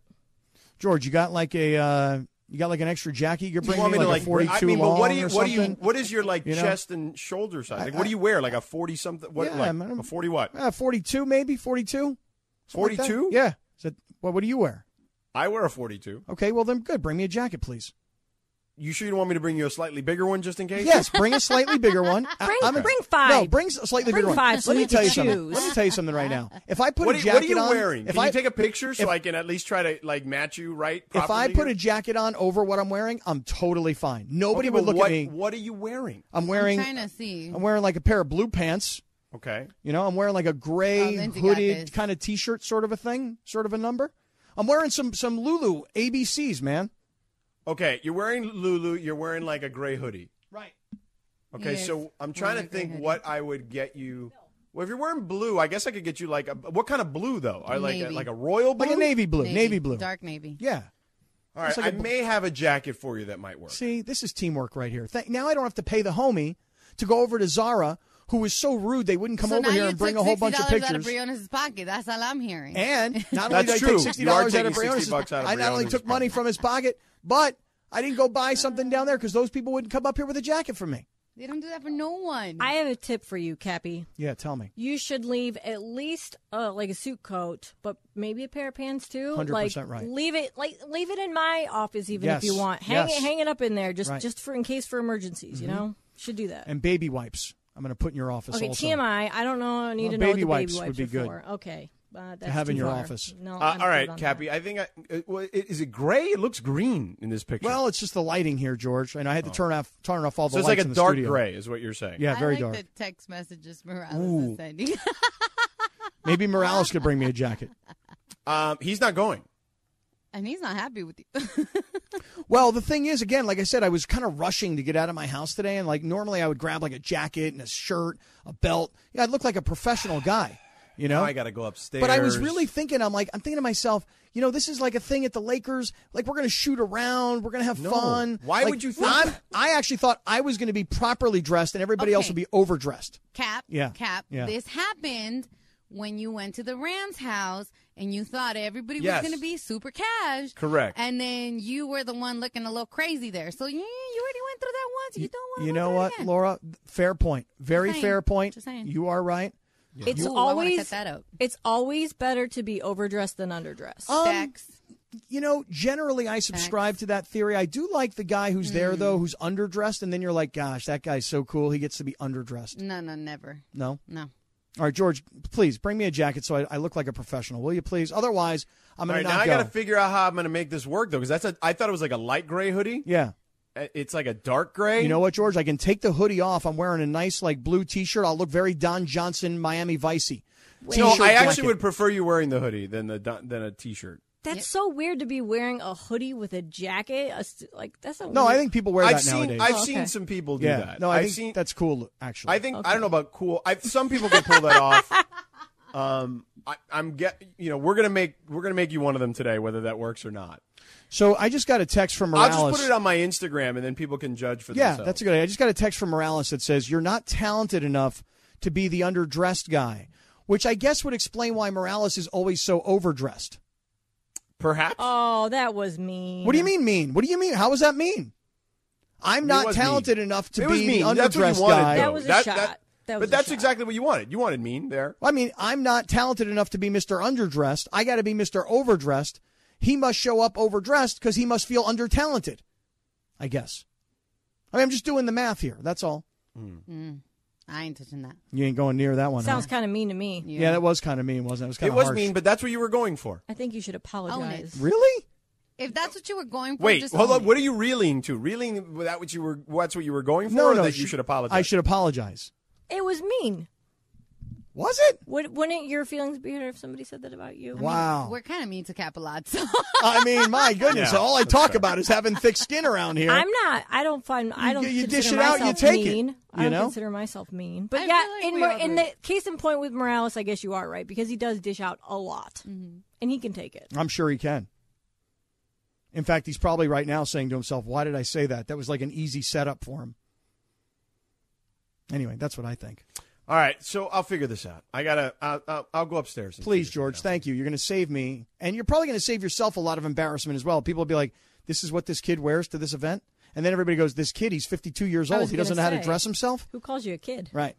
Speaker 2: George, you got like a uh, you got like an extra jacket you're
Speaker 3: You
Speaker 2: bringing
Speaker 3: want me
Speaker 2: me,
Speaker 3: to
Speaker 2: like,
Speaker 3: like?
Speaker 2: a forty-two
Speaker 3: I mean,
Speaker 2: long
Speaker 3: but what do you?
Speaker 2: or
Speaker 3: What do you?
Speaker 2: something?
Speaker 3: What is your like
Speaker 2: You know?
Speaker 3: chest and shoulder size? Like,
Speaker 2: I-
Speaker 3: what do you wear? Like a forty something? What?
Speaker 2: Yeah,
Speaker 3: like,
Speaker 2: man.
Speaker 3: a forty what?
Speaker 2: Uh, forty-two maybe forty-two. Something like that?
Speaker 3: 42?
Speaker 2: yeah. Is that, well, what do you wear?
Speaker 3: I wear a forty-two.
Speaker 2: Okay, well then, good. Bring me a jacket, please.
Speaker 3: You sure you don't want me to bring you a slightly bigger one just in case?
Speaker 2: Yes, bring a slightly bigger one. I-
Speaker 12: Bring-
Speaker 2: I'm a-
Speaker 12: bring five.
Speaker 2: No, bring s- a slightly
Speaker 12: Bring
Speaker 2: bigger
Speaker 12: five
Speaker 2: one.
Speaker 12: so
Speaker 2: Let me
Speaker 12: you
Speaker 2: tell
Speaker 12: can
Speaker 2: you something.
Speaker 12: choose.
Speaker 2: Let me tell you something right now. If I put
Speaker 3: What,
Speaker 2: a
Speaker 3: are you-
Speaker 2: jacket
Speaker 3: what are you
Speaker 2: on,
Speaker 3: wearing?
Speaker 2: If
Speaker 3: Can
Speaker 2: I
Speaker 3: you take a picture so
Speaker 2: if-
Speaker 3: I can at least try to like match you right?
Speaker 2: If I
Speaker 3: properly
Speaker 2: put
Speaker 3: here?
Speaker 2: a jacket on over what I'm wearing, I'm totally fine. Nobody
Speaker 3: Okay,
Speaker 2: would
Speaker 3: but
Speaker 2: look
Speaker 3: what,
Speaker 2: at me.
Speaker 3: What are you wearing?
Speaker 2: I'm wearing.
Speaker 13: I'm trying to see.
Speaker 2: I'm wearing like a pair of blue pants.
Speaker 3: Okay.
Speaker 2: You know, I'm wearing like a
Speaker 13: Oh,
Speaker 2: gray
Speaker 13: Lindsay got
Speaker 2: hooded
Speaker 13: this.
Speaker 2: kind of t-shirt, sort of a thing, sort of a number. I'm wearing some some Lulu ABCs, man.
Speaker 3: Okay, you're wearing Lulu. You're wearing like a gray hoodie.
Speaker 2: Right.
Speaker 3: Okay,
Speaker 2: Yes,
Speaker 3: so I'm trying to
Speaker 2: wearing a gray
Speaker 3: think
Speaker 2: hoodie.
Speaker 3: what I would get you. Well, if you're wearing blue, I guess I could get you like a, what kind of blue though? I like a,
Speaker 13: Navy.
Speaker 3: like a royal blue,
Speaker 2: Like a navy blue, navy, blue.
Speaker 13: Dark navy.
Speaker 2: Yeah.
Speaker 3: All right,
Speaker 2: It's like
Speaker 3: I
Speaker 2: a bl-
Speaker 3: may have a jacket for you that might work.
Speaker 2: See, this is teamwork right here. Th- now I don't have to pay the homie to go over to Zara, who was so rude they wouldn't come
Speaker 13: so
Speaker 2: over
Speaker 13: now
Speaker 2: here
Speaker 13: you
Speaker 2: and bring
Speaker 13: took
Speaker 2: a whole bunch of
Speaker 13: $60 out of
Speaker 2: pictures.
Speaker 13: Briones' pocket. That's all I'm hearing.
Speaker 2: And not only
Speaker 3: That's
Speaker 2: did I
Speaker 3: true.
Speaker 2: take sixty
Speaker 3: You are
Speaker 2: dollars out of
Speaker 3: taking
Speaker 2: Briones,
Speaker 3: $60 out of
Speaker 2: I not only
Speaker 3: Briones'
Speaker 2: took money from his pocket, but I didn't go buy something down there because those people wouldn't come up here with a jacket for me.
Speaker 13: they don't do that for no one.
Speaker 12: I have a tip for you, Cappy.
Speaker 2: Yeah, tell me.
Speaker 12: You should leave at least uh, like a suit coat, but maybe a pair of pants too.
Speaker 2: 100%
Speaker 12: like,
Speaker 2: right.
Speaker 12: Leave it like leave it in my office even
Speaker 2: Yes.
Speaker 12: if you want. Hang
Speaker 2: Yes.
Speaker 12: it hang it up in there just
Speaker 2: Right.
Speaker 12: just for in case for emergencies.
Speaker 2: Mhm.
Speaker 12: You know, should do that.
Speaker 2: And baby wipes. I'm going to put in your office.
Speaker 12: okay,
Speaker 2: also.
Speaker 12: TMI. I don't know. I need
Speaker 2: Well,
Speaker 12: to know
Speaker 2: baby
Speaker 12: what the
Speaker 2: wipes
Speaker 12: baby
Speaker 2: would
Speaker 12: wipes
Speaker 2: be
Speaker 12: are
Speaker 2: good.
Speaker 12: for. Okay, uh, that's
Speaker 2: have in
Speaker 12: too
Speaker 2: your
Speaker 12: far.
Speaker 2: office.
Speaker 3: Uh,
Speaker 12: No, I'm
Speaker 3: all
Speaker 12: good
Speaker 3: right,
Speaker 12: on that.
Speaker 3: Cappy. I think I, uh, well, i- is it gray? It looks green in this picture. Oh.
Speaker 2: Well, it's just the lighting here, George, and I had to turn off turn off all the
Speaker 3: so it's
Speaker 2: lights
Speaker 3: like a
Speaker 2: in the
Speaker 3: dark
Speaker 2: studio.
Speaker 3: gray, is what you're saying.
Speaker 2: Yeah,
Speaker 13: I
Speaker 2: very
Speaker 13: like
Speaker 2: dark.
Speaker 13: the text messages Morales
Speaker 2: Ooh.
Speaker 13: is sending.
Speaker 2: Maybe Morales could bring me a jacket.
Speaker 3: Um, he's not going.
Speaker 13: and he's not happy with you.
Speaker 2: Well, the thing is, again, like I said, I was kind of rushing to get out of my house today, and like normally I would grab like a jacket and a shirt, a belt. Yeah, I'd look like a professional guy, you know.
Speaker 3: Now I got to go upstairs.
Speaker 2: But I was really thinking, I'm like, I'm thinking to myself, you know, this is like a thing at the Lakers. Like we're gonna shoot around, we're gonna have
Speaker 3: No.
Speaker 2: fun.
Speaker 3: Why
Speaker 2: Like,
Speaker 3: would you think-
Speaker 2: I'm, I actually thought I was gonna be properly dressed, and everybody else
Speaker 13: Okay.
Speaker 2: would be overdressed.
Speaker 13: Cap,
Speaker 2: Yeah.
Speaker 13: Cap,
Speaker 2: Yeah.
Speaker 13: this happened when you went to the Rams house and you thought everybody
Speaker 3: Yes.
Speaker 13: was going to be super cash.
Speaker 3: Correct.
Speaker 13: And then you were the one looking a little crazy there. So yeah, you already went through that once. You don't want
Speaker 2: You know what, Laura? Fair point. Very
Speaker 13: saying.
Speaker 2: fair point.
Speaker 13: Just saying.
Speaker 2: You are right.
Speaker 12: It's
Speaker 13: Ooh, I wanna
Speaker 12: always
Speaker 13: cut that out.
Speaker 12: it's always better to be overdressed than underdressed.
Speaker 2: Um, You know, generally I subscribe to that theory. I do like the guy who's there though, who's underdressed, and then you're like, "Gosh, that guy's so cool. He gets to be underdressed."
Speaker 13: No, no, never.
Speaker 2: No.
Speaker 13: No.
Speaker 2: All right, George, please bring me a jacket so I, I look like a professional, will you? Please, otherwise I'm
Speaker 3: All
Speaker 2: gonna
Speaker 3: right, now
Speaker 2: not
Speaker 3: I
Speaker 2: go.
Speaker 3: got to figure out how I'm going to make this work though, because that's a. I thought it was like a light gray hoodie.
Speaker 2: yeah.
Speaker 3: Uh, It's like a dark gray.
Speaker 2: You know what, George? I can take the hoodie off. I'm wearing a nice like blue T-shirt. I'll look very Don Johnson, Miami Vicey.
Speaker 3: No,
Speaker 2: T-shirt
Speaker 3: I actually
Speaker 2: jacket.
Speaker 3: would prefer you wearing the hoodie than the don- than a t-shirt.
Speaker 12: That's so weird to be wearing a hoodie with a jacket. A st- like that's a
Speaker 2: No,
Speaker 12: weird-
Speaker 2: Oh, I think people wear
Speaker 3: I've
Speaker 2: that
Speaker 3: seen
Speaker 2: nowadays.
Speaker 3: I've seen some people do
Speaker 2: yeah.
Speaker 3: that.
Speaker 2: No, I
Speaker 3: I've
Speaker 2: think
Speaker 3: seen
Speaker 2: that's cool. Actually,
Speaker 3: I think I don't know about cool. I, some people can pull that off. Um, I, I'm get you know we're gonna make we're gonna make you one of them today, whether that works or not.
Speaker 2: So I just got a text from Morales.
Speaker 3: I'll just put it on my Instagram, and then people can judge for
Speaker 2: yeah,
Speaker 3: themselves.
Speaker 2: that's a good idea. I just got a text from Morales that says, You're not talented enough to be the underdressed guy, which I guess would explain why Morales is always so overdressed.
Speaker 3: perhaps.
Speaker 12: Oh, that was mean.
Speaker 2: What do you mean, mean? What do you mean? How does that mean? I'm
Speaker 3: It
Speaker 2: not
Speaker 3: was
Speaker 2: talented
Speaker 3: mean.
Speaker 2: enough to
Speaker 3: It was
Speaker 2: be the
Speaker 3: mean.
Speaker 2: underdressed
Speaker 3: That's what you wanted,
Speaker 2: guy.
Speaker 3: though.
Speaker 12: That was a shot. That was
Speaker 3: but
Speaker 12: a
Speaker 3: that's
Speaker 12: shot.
Speaker 3: exactly what you wanted. You wanted mean there.
Speaker 2: I mean, I'm not talented enough to be Mr. Underdressed. I got to be Mr. Overdressed. He must show up overdressed because he must feel undertalented, I guess. I mean, I'm just doing the math here. That's all.
Speaker 13: Mm. I ain't touching that.
Speaker 2: You ain't going near that one.
Speaker 12: Sounds
Speaker 2: huh?
Speaker 12: kind of mean to me.
Speaker 2: yeah. that was kind of mean, wasn't it? It was kind
Speaker 3: It
Speaker 2: of
Speaker 3: was
Speaker 2: harsh.
Speaker 3: mean, but that's what you were going for.
Speaker 12: I think you should apologize.
Speaker 2: Really?
Speaker 13: If that's what you were going for,
Speaker 3: Wait,
Speaker 13: just
Speaker 3: hold
Speaker 13: own
Speaker 3: on.
Speaker 13: it.
Speaker 3: What are you reeling to? Reeling that what you were? That's what you were going for?
Speaker 2: No,
Speaker 3: or
Speaker 2: no,
Speaker 3: that
Speaker 2: she-
Speaker 3: you should apologize.
Speaker 2: I should apologize.
Speaker 12: It was mean.
Speaker 2: Was it?
Speaker 12: Would, wouldn't your feelings be hurt if somebody said that about you?
Speaker 2: Wow.
Speaker 13: We're kind of mean to Cap a lot. So.
Speaker 2: I mean, my goodness.
Speaker 3: Yeah,
Speaker 2: all I
Speaker 3: that's
Speaker 2: talk
Speaker 3: fair.
Speaker 2: about is having thick skin around here.
Speaker 12: I'm not. I don't find. I don't.
Speaker 2: You- you
Speaker 12: consider
Speaker 2: dish it out, you
Speaker 12: myself
Speaker 2: take it,
Speaker 12: mean.
Speaker 2: you
Speaker 12: I don't
Speaker 2: know?
Speaker 12: consider myself mean. But
Speaker 13: I
Speaker 12: yeah,
Speaker 13: feel like
Speaker 12: in
Speaker 13: we
Speaker 12: Mor-
Speaker 13: all
Speaker 12: in
Speaker 13: do.
Speaker 12: the case in point with Morales, I guess you are right because he does dish out a lot,
Speaker 13: Mm-hmm.
Speaker 12: and he can take it.
Speaker 2: I'm sure he can. In fact, he's probably right now saying to himself, Why did I say that? That was like an easy setup for him. Anyway, that's what I think.
Speaker 3: All right, so I'll figure this out. I gotta. I'll, I'll, I'll go upstairs. and
Speaker 2: Please,
Speaker 3: figure
Speaker 2: George,
Speaker 3: this out.
Speaker 2: thank you. You're going to save me. And you're probably going to save yourself a lot of embarrassment as well. People will be like, This is what this kid wears to this event. And then everybody goes, This kid, he's 52 years
Speaker 12: I
Speaker 2: old.
Speaker 12: was
Speaker 2: He doesn't know
Speaker 12: gonna
Speaker 2: how to
Speaker 12: say.
Speaker 2: dress himself.
Speaker 12: Who calls you a kid?
Speaker 2: Right.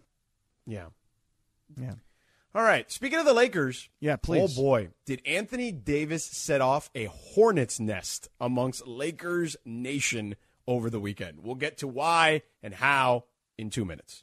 Speaker 3: Yeah.
Speaker 2: Yeah.
Speaker 3: All right. Speaking of the Lakers,
Speaker 2: Yeah, please.
Speaker 3: Oh boy, did Anthony Davis set off a hornet's nest amongst Lakers nation over the weekend? We'll get to why and how in two minutes.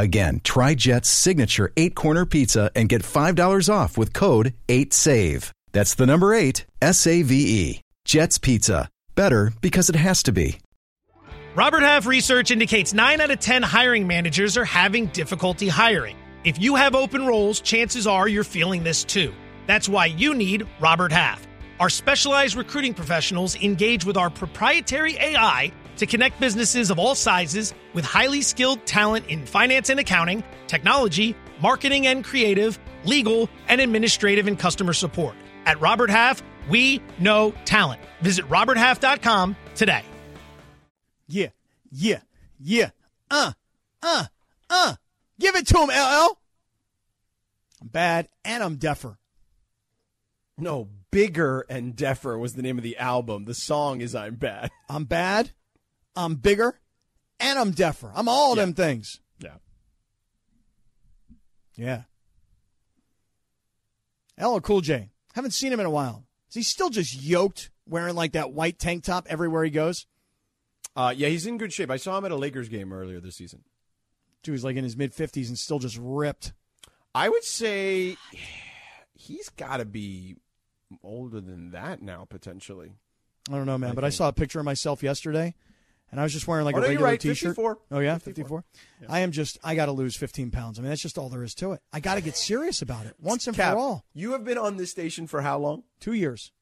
Speaker 11: Again, try Jet's signature eight corner pizza and get $5 off with code 8SAVE. That's the number eight, S A V E. Jets Pizza. Better because it has to be.
Speaker 14: Robert Half research indicates 9 out of 10 hiring managers are having difficulty hiring. If you have open roles, chances are you're feeling this too. That's why you need Robert Half. Our specialized recruiting professionals engage with our proprietary AI to connect businesses of all sizes with highly skilled talent in finance and accounting, technology, marketing and creative, legal, and administrative and customer support. At Robert Half, we know talent. Visit roberthalf.com today.
Speaker 2: Yeah, yeah, yeah. Uh, uh, uh. Give it to him, LL. I'm bad and I'm deafer.
Speaker 3: No, Bigger and Deafer was the name of the album. The song is I'm Bad.
Speaker 2: I'm bad, I'm bigger, and I'm deafer. I'm all them things.
Speaker 3: Yeah.
Speaker 2: Yeah. LL Cool J. Haven't seen him in a while. Is he still just yoked, wearing like that white tank top everywhere he goes?
Speaker 3: Uh, yeah, he's in good shape. I saw him at a Lakers game earlier this season.
Speaker 2: Dude, he's like in his mid 50s and still just ripped.
Speaker 3: I would say he's got to be older than that now, potentially.
Speaker 2: I don't know, man, but I saw a picture of myself yesterday, and I was just wearing like
Speaker 3: Oh,
Speaker 2: a
Speaker 3: no, you're
Speaker 2: regular
Speaker 3: right,
Speaker 2: T-shirt.
Speaker 3: 54.
Speaker 2: Oh yeah,
Speaker 3: 54.
Speaker 2: fifty-four. I am just. I got to lose fifteen pounds. I mean, that's just all there is to it. I got to get serious about it once and
Speaker 3: Cap,
Speaker 2: for all.
Speaker 3: You have been on this station for how long?
Speaker 2: Two years.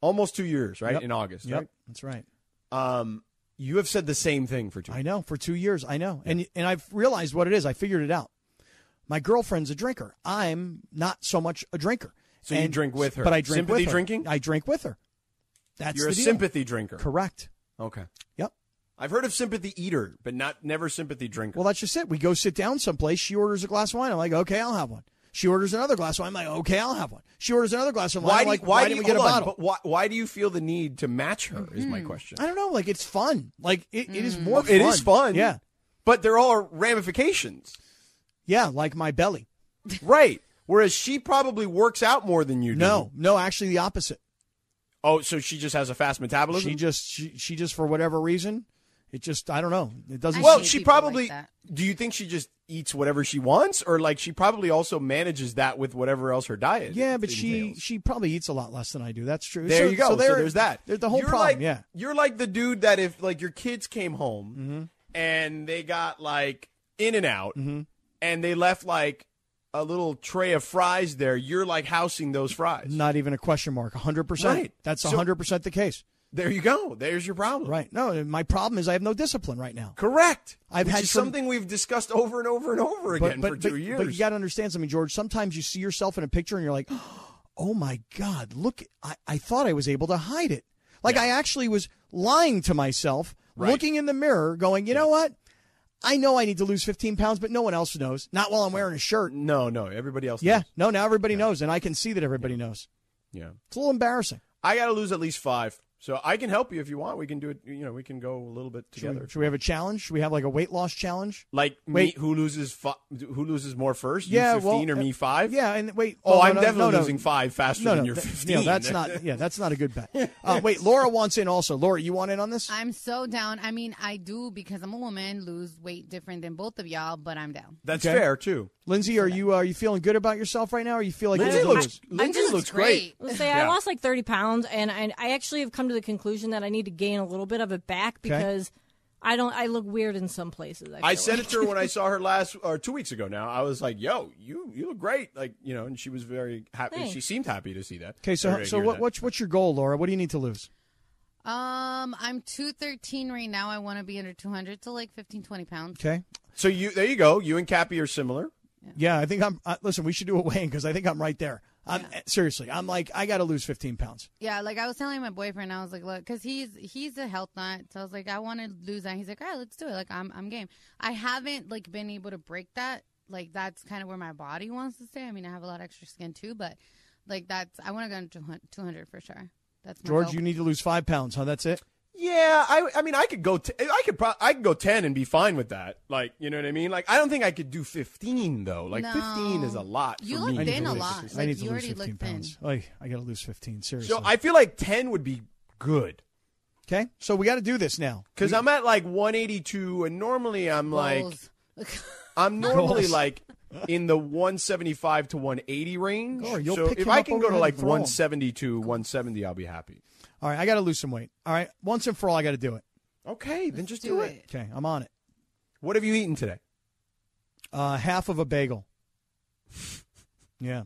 Speaker 3: Almost two years, right?
Speaker 2: Yep.
Speaker 3: In August,
Speaker 2: Yep,
Speaker 3: right?
Speaker 2: that's right.
Speaker 3: Um, you have said the same thing for two.
Speaker 2: I know for two years. I know, and and I've realized what it is. I figured it out. My girlfriend's a drinker. I'm not so much a drinker.
Speaker 3: So you
Speaker 2: And-
Speaker 3: drink with her.
Speaker 2: but I drink
Speaker 3: Sympathy
Speaker 2: with her.
Speaker 3: drinking?
Speaker 2: I drink with her. That's
Speaker 3: You're
Speaker 2: the
Speaker 3: a
Speaker 2: deal.
Speaker 3: sympathy drinker.
Speaker 2: Correct.
Speaker 3: Okay.
Speaker 2: Yep.
Speaker 3: I've heard of sympathy eater, but not never sympathy drinker.
Speaker 2: Well, that's just it. We go sit down someplace. She orders a glass of wine. I'm like, okay, I'll have one. She orders another glass of wine. I'm like, okay, I'll have one. She orders another glass of wine.
Speaker 3: why
Speaker 2: I'm
Speaker 3: do
Speaker 2: like,
Speaker 3: you,
Speaker 2: why,
Speaker 3: why, do
Speaker 2: didn't
Speaker 3: you
Speaker 2: we get a
Speaker 3: hold on,
Speaker 2: bottle? Mm.
Speaker 3: But why, why do you feel the need to match her? Is my question. Mm.
Speaker 2: I don't know. Like, it's fun. Like, it, it is more fun.
Speaker 3: It is fun.
Speaker 2: Yeah.
Speaker 3: But there are ramifications.
Speaker 2: Yeah, like my belly.
Speaker 3: right. Whereas she probably works out more than you do.
Speaker 2: No, no, actually the opposite.
Speaker 3: Oh, so she just has a fast metabolism?
Speaker 2: She just, she, she just, for whatever reason, it just, I don't know. It doesn't
Speaker 3: well, she probably. do you think she just eats whatever she wants, or like she probably also manages that with whatever else her diet?
Speaker 2: Yeah, but she
Speaker 3: entails?
Speaker 2: she probably eats a lot less than I do. That's true.
Speaker 3: There
Speaker 2: So-
Speaker 3: you go. So,
Speaker 2: there-
Speaker 3: there's that.
Speaker 2: there- The whole
Speaker 3: You're
Speaker 2: problem.
Speaker 3: like-
Speaker 2: yeah.
Speaker 3: You're like the dude that if like your kids came home
Speaker 2: Mm-hmm.
Speaker 3: and they got like in and out and they left like a little tray of fries there, you're like housing those fries.
Speaker 2: Not even a question mark. 100%.
Speaker 3: Right.
Speaker 2: That's
Speaker 3: So-
Speaker 2: 100% the case.
Speaker 3: There you go. There's your problem.
Speaker 2: Right. No, my problem is I have no discipline right now.
Speaker 3: Correct.
Speaker 2: I've
Speaker 3: Which
Speaker 2: had
Speaker 3: is
Speaker 2: some-
Speaker 3: something we've discussed over and over and over again for two
Speaker 2: but,
Speaker 3: years.
Speaker 2: But you got to understand something, George. Sometimes you see yourself in a picture and you're like, oh my God, look, I, I thought I was able to hide it. Like I actually was lying to myself,
Speaker 15: Right.
Speaker 2: looking in the mirror, going, you know what? I know I need to lose 15 pounds, but no one else knows. Not while I'm wearing a shirt.
Speaker 3: No, no, everybody else
Speaker 2: Yeah, no, now everybody knows, and I can see that everybody knows.
Speaker 3: yeah.
Speaker 2: It's a little embarrassing.
Speaker 3: I got to lose at least five. So I can help you if you want. We can do it. You know, we can go a little bit
Speaker 2: Should
Speaker 3: together.
Speaker 2: we, should we have a challenge? Should we have like a weight loss challenge?
Speaker 3: Like me,
Speaker 2: Wait.
Speaker 3: who loses fi- who loses more first?
Speaker 2: Yeah,
Speaker 3: you fifteen
Speaker 2: well,
Speaker 3: or me
Speaker 2: uh,
Speaker 3: five?
Speaker 2: Yeah, and wait.
Speaker 3: Oh,
Speaker 2: no, no,
Speaker 3: I'm
Speaker 2: no,
Speaker 3: definitely
Speaker 2: no, no.
Speaker 3: losing five faster
Speaker 2: No, no,
Speaker 3: than your
Speaker 2: th-
Speaker 3: fifteen.
Speaker 2: Yeah, that's not. Yeah, that's not a good bet. Uh, wait, Laura wants in also. Laura, you want in on this?
Speaker 13: I'm so down. I mean, I do because I'm a woman, lose weight different than both of y'all, but I'm down.
Speaker 3: That's
Speaker 2: Okay.
Speaker 3: fair too.
Speaker 2: Lindsay, are you uh, are you feeling good about yourself right now? Or you feel like
Speaker 3: Lindsay
Speaker 2: you're gonna
Speaker 3: looks-
Speaker 2: lose?
Speaker 3: Lindsay looks great.
Speaker 12: Let's say I lost like 30 pounds, and I, I actually have come to the conclusion that I need to gain a little bit of it back
Speaker 3: Okay.
Speaker 12: because I don't. I look weird in some places. I,
Speaker 3: I
Speaker 12: feel
Speaker 3: said
Speaker 12: like.
Speaker 3: it to her when I saw her last or two weeks ago. Now I was like, "Yo, you you look great," like you know, and she was very happy.
Speaker 13: Thanks.
Speaker 3: She seemed happy to see that.
Speaker 2: Okay, so
Speaker 3: Or to
Speaker 2: so
Speaker 3: hear
Speaker 2: what
Speaker 3: that.
Speaker 2: what's what's your goal, Laura? What do you need to lose?
Speaker 13: Um, I'm 213 right now. I want to be under 200, so like 15, 20 pounds.
Speaker 2: Okay.
Speaker 3: So you there you go. You and Cappy are similar.
Speaker 2: Yeah, I think I'm. Uh, listen, we should do a weigh-in because I think I'm right there. I'm seriously. I'm like I got to lose 15 pounds.
Speaker 13: Yeah, like I was telling my boyfriend, I was like, look, because he's he's a health nut, so I was like, I want to lose that. He's like, all right, let's do it. Like I'm I'm game. I haven't like been able to break that. Like that's kind of where my body wants to stay. I mean, I have a lot of extra skin too, but like that's I want to go into 200 200 for sure. That's my
Speaker 2: George,
Speaker 13: goal.
Speaker 2: you need to lose five pounds. Huh? That's it.
Speaker 3: Yeah, I I mean I could go t- I could pro- I could go 10 and be fine with that. Like, you know what I mean? Like I don't think I could do 15 though. Like 15 is a lot
Speaker 13: You
Speaker 3: for
Speaker 13: look
Speaker 3: me.
Speaker 13: thin a lot.
Speaker 2: I
Speaker 13: Like,
Speaker 2: need to lose
Speaker 13: you already look
Speaker 2: 15 pounds. Oy, I got to lose 15. Seriously.
Speaker 3: So I feel like 10 would be good.
Speaker 2: okay, so we got to do this now.
Speaker 3: Cuz I'm at like 182 and normally I'm like
Speaker 13: Goals.
Speaker 3: I'm normally
Speaker 2: Goals.
Speaker 3: like in the 175 to 180 range.
Speaker 2: Sure, you'll
Speaker 3: so
Speaker 2: pick
Speaker 3: if
Speaker 2: him
Speaker 3: I
Speaker 2: up
Speaker 3: can
Speaker 2: over
Speaker 3: go to
Speaker 2: the
Speaker 3: like
Speaker 2: head and roll him.
Speaker 3: 172, 170, I'll be happy.
Speaker 2: All right, I got to lose some weight. All right, once and for all, I got to do it.
Speaker 3: Okay, then just do, it.
Speaker 2: Okay, I'm on it.
Speaker 3: What have you eaten today?
Speaker 2: Uh, half of a bagel. yeah.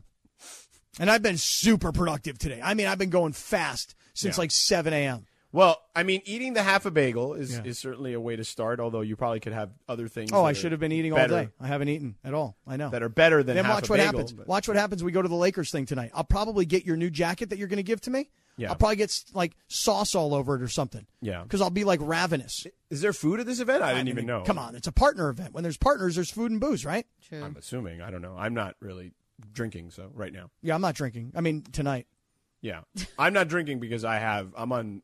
Speaker 2: And I've been super productive today. I mean, I've been going fast since
Speaker 3: Yeah.
Speaker 2: like 7 a.m.
Speaker 3: Well, I mean, eating the half a bagel is, is certainly a way to start. Although you probably could have other things.
Speaker 2: Oh,
Speaker 3: that
Speaker 2: I
Speaker 3: are
Speaker 2: should have been eating
Speaker 3: better,
Speaker 2: all day. I haven't eaten at all. I know.
Speaker 3: That are better than
Speaker 2: then
Speaker 3: half
Speaker 2: watch
Speaker 3: a
Speaker 2: what
Speaker 3: bagel,
Speaker 2: happens.
Speaker 3: but-
Speaker 2: Watch what happens. We go to the Lakers thing tonight. I'll probably get your new jacket that you're going to give to me.
Speaker 3: Yeah.
Speaker 2: I'll probably get like sauce all over it or something.
Speaker 3: Yeah.
Speaker 2: Because I'll be like ravenous.
Speaker 3: Is there food at this event? I didn't even know.
Speaker 2: Come on, it's a partner event. When there's partners, there's food and booze, right?
Speaker 3: I'm assuming. I don't know. I'm not really drinking so right now.
Speaker 2: Yeah, I'm not drinking. I mean, tonight.
Speaker 3: Yeah, I'm not drinking because I have. I'm on.